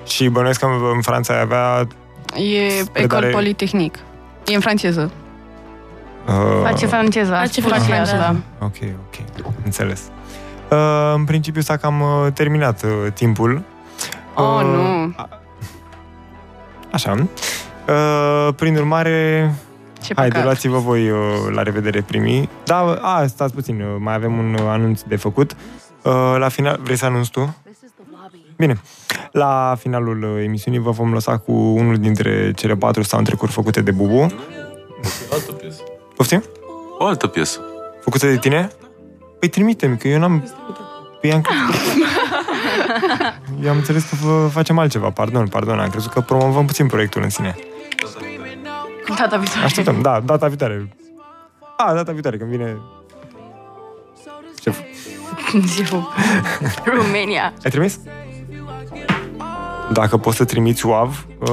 Speaker 7: Și bănuiesc că în în Franța ai avea...
Speaker 4: E
Speaker 7: Spre
Speaker 4: Ecole
Speaker 7: care-
Speaker 4: Politehnic. E în franceză.
Speaker 7: Uh,
Speaker 2: Face franceza.
Speaker 3: Face
Speaker 2: spune
Speaker 3: franceza.
Speaker 2: așa.
Speaker 7: Ok, ok. Înțeles. Uh, în principiu s-a cam uh, terminat uh, timpul.
Speaker 4: Oh,
Speaker 7: Uh,
Speaker 4: nu.
Speaker 7: Așa. Uh, prin urmare,
Speaker 4: Ce
Speaker 7: Haide,
Speaker 4: păcat.
Speaker 7: luați-vă voi uh, la revedere primii. Da, a, stați puțin, uh, mai avem un uh, anunț de făcut. Uh, la final, vrei să anunți tu? Bine. La finalul uh, emisiunii vă vom lăsa cu unul dintre cele patru sau întrecuri făcute de Bubu.
Speaker 8: Altă piesă.
Speaker 7: Poftim?
Speaker 8: O altă piesă.
Speaker 7: Făcute de tine? Păi trimite-mi, că eu n-am... Păi am crezut... Eu am înțeles că vă facem altceva, pardon, pardon, am crezut că promovăm puțin proiectul în sine.
Speaker 2: Data viitoare.
Speaker 7: Așteptăm, da, data viitoare. A, data viitoare, când vine... Șef,
Speaker 2: Ziua. România.
Speaker 7: ai trimis? Dacă poți să trimiți UAV, uh,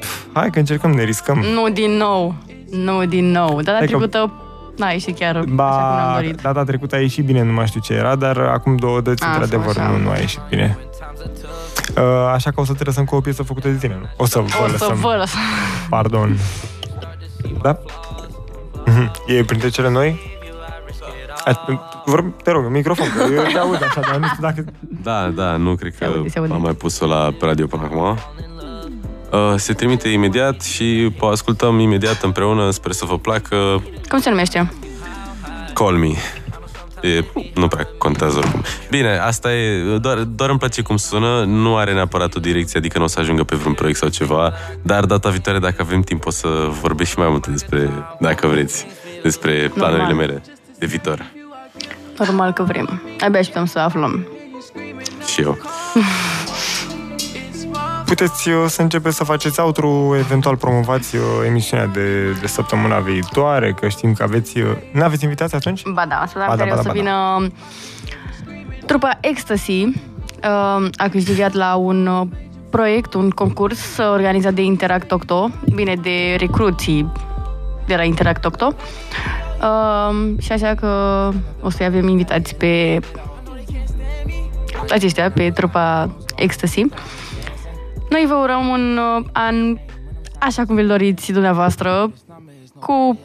Speaker 7: pf, hai că încercăm, ne riscăm.
Speaker 2: Nu din nou. Nu din nou. Data
Speaker 7: Hai că-
Speaker 2: trecută n-a ieșit chiar așa cum am
Speaker 7: Ba,
Speaker 2: dorit.
Speaker 7: data trecută a ieșit bine, nu mai știu ce era, dar acum două dăți,
Speaker 4: A,
Speaker 7: într-adevăr,
Speaker 4: frumos,
Speaker 7: nu,
Speaker 4: da.
Speaker 7: nu a ieșit bine. Uh, așa că o să te lăsăm cu o piesă făcută de tine, nu? O să vă
Speaker 2: O să
Speaker 7: lăsăm,
Speaker 2: vă lăsăm.
Speaker 7: pardon. Da? Mhm. E printre cele noi? A- Vorb, te rog, în microfon, că eu te aud așa, dar nu știu dacă...
Speaker 8: Da, da, nu cred că
Speaker 2: aude, se aude.
Speaker 8: am mai pus-o la pe radio până acum. Uh, se trimite imediat și o ascultăm imediat împreună. Sper să vă placă.
Speaker 2: Cum se numește?
Speaker 8: Call me. E, nu prea contează oricum. Bine, asta e, doar, doar îmi place cum sună, nu are neapărat o direcție, adică nu o să ajungă pe vreun proiect sau ceva, dar data viitoare, dacă avem timp, o să vorbesc și mai multe despre, dacă vreți, despre planurile
Speaker 2: Normal.
Speaker 8: mele de viitor.
Speaker 2: Normal că vrem. Abia așteptăm să aflăm.
Speaker 8: Și eu.
Speaker 7: Puteți uh, să începeți să faceți outro, eventual promovați uh, emisiunea de, de săptămâna viitoare, că știm că aveți... uh, N-aveți invitați atunci?
Speaker 2: Ba da, săptămâna
Speaker 7: Ba da,
Speaker 2: viitoare o
Speaker 7: ba da,
Speaker 2: să
Speaker 7: ba
Speaker 2: vină um, trupa Ecstasy. Uh, A câștigat la un uh, proiect, un concurs uh, organizat de Interact Octo, bine, de recruții de la Interact Octo. Uh, și așa că o să-i avem invitați pe aceștia, pe trupa Ecstasy. Noi vă urăm un uh, an așa cum vi-l doriți dumneavoastră, cu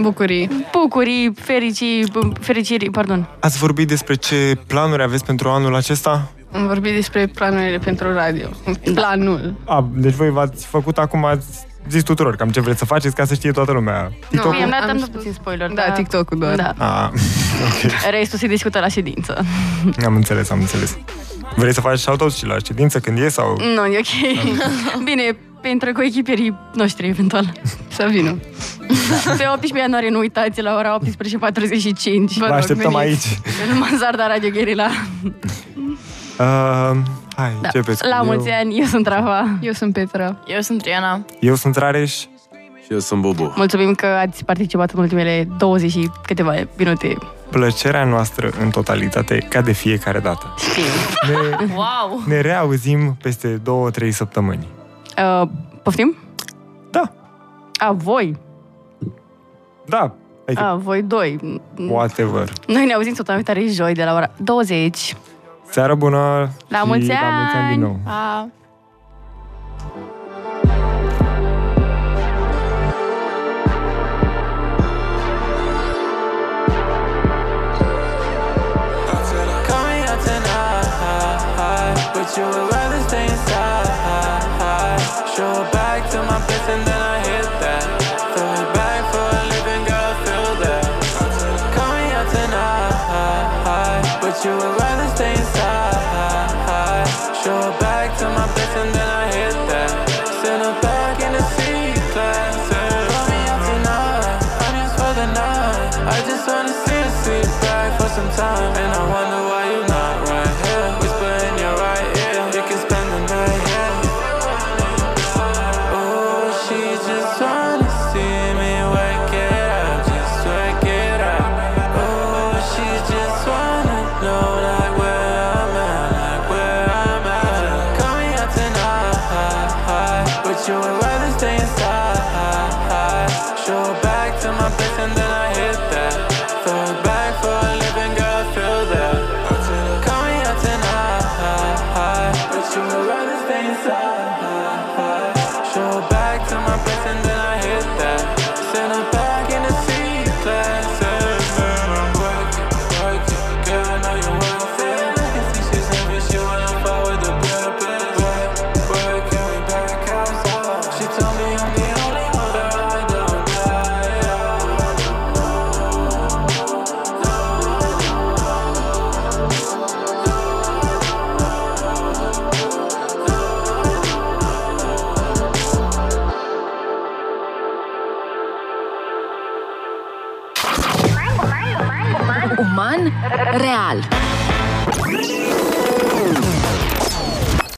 Speaker 4: Bucurii.
Speaker 2: bucurii, fericii, fericirii, pardon.
Speaker 7: Ați vorbit despre ce planuri aveți pentru anul acesta?
Speaker 4: Am vorbit despre planurile pentru radio. Planul.
Speaker 7: A, deci voi v-ați făcut acum, ați zis tuturor cam ce vreți să faceți ca să știe toată lumea.
Speaker 4: Nu,
Speaker 2: Bine, am dat, am dat
Speaker 4: spus-
Speaker 2: puțin spoiler.
Speaker 4: Da, TikTok-ul doar.
Speaker 2: Da.
Speaker 7: A, ok,
Speaker 2: Restul se discută la ședință.
Speaker 7: am înțeles, am înțeles. Vrei să faci shout-out și la ședință când e sau...
Speaker 2: Nu, e ok. Bine, pentru cu echiperii noștri, eventual. Da.
Speaker 4: Să vină.
Speaker 2: Pe 18 ianuarie, nu uitați, la ora 18.45.
Speaker 7: Vă așteptăm aici.
Speaker 2: În Mazarda Radio Guerilla.
Speaker 7: Uh, hai,
Speaker 2: Da.
Speaker 7: începeți. cu
Speaker 2: La
Speaker 7: eu,
Speaker 2: mulți ani, eu sunt Rafa.
Speaker 4: Eu sunt Petra.
Speaker 3: Eu sunt Triana.
Speaker 7: Eu sunt Rareș.
Speaker 8: Și eu sunt Bobo.
Speaker 2: Mulțumim că ați participat în ultimele 20 și câteva minute.
Speaker 7: Plăcerea noastră în totalitate, ca de fiecare dată.
Speaker 2: Știu.
Speaker 7: Ne,
Speaker 3: Wow!
Speaker 7: ne reauzim peste două, trei săptămâni.
Speaker 2: Uh, poftim?
Speaker 7: Da,
Speaker 2: A, voi.
Speaker 7: da, adică,
Speaker 2: A, voi doi.
Speaker 7: whatever.
Speaker 2: Noi ne auzim săptămâna viitoare joi de la ora 20.
Speaker 7: Seară bună
Speaker 2: La
Speaker 7: și
Speaker 2: mulți
Speaker 7: la mulți ani din
Speaker 2: ani!
Speaker 7: nou.
Speaker 3: Pa!
Speaker 9: Call me out tonight, but you would rather stay inside. Show it back to my place and then I hit that. Throw it back for a living, girl, feel that. Call me out tonight, but you would rather stay inside. Show it back to my place and then I hit that. Send it back in the C-class. Call me out tonight, I'm yours for the night. I just wanna see you sit back for some time, and I wonder why you're not right here. Whisper in your right ear, you can spend the night here. Oh, she just wanna see me work it out, just work it out. Oh, she just wanna know like where I'm at, like where I'm at. Call me out tonight, but you would rather stay inside. Show it back to my place and then I hit that. Throw it back for a living, girl, feel that.
Speaker 1: Uman real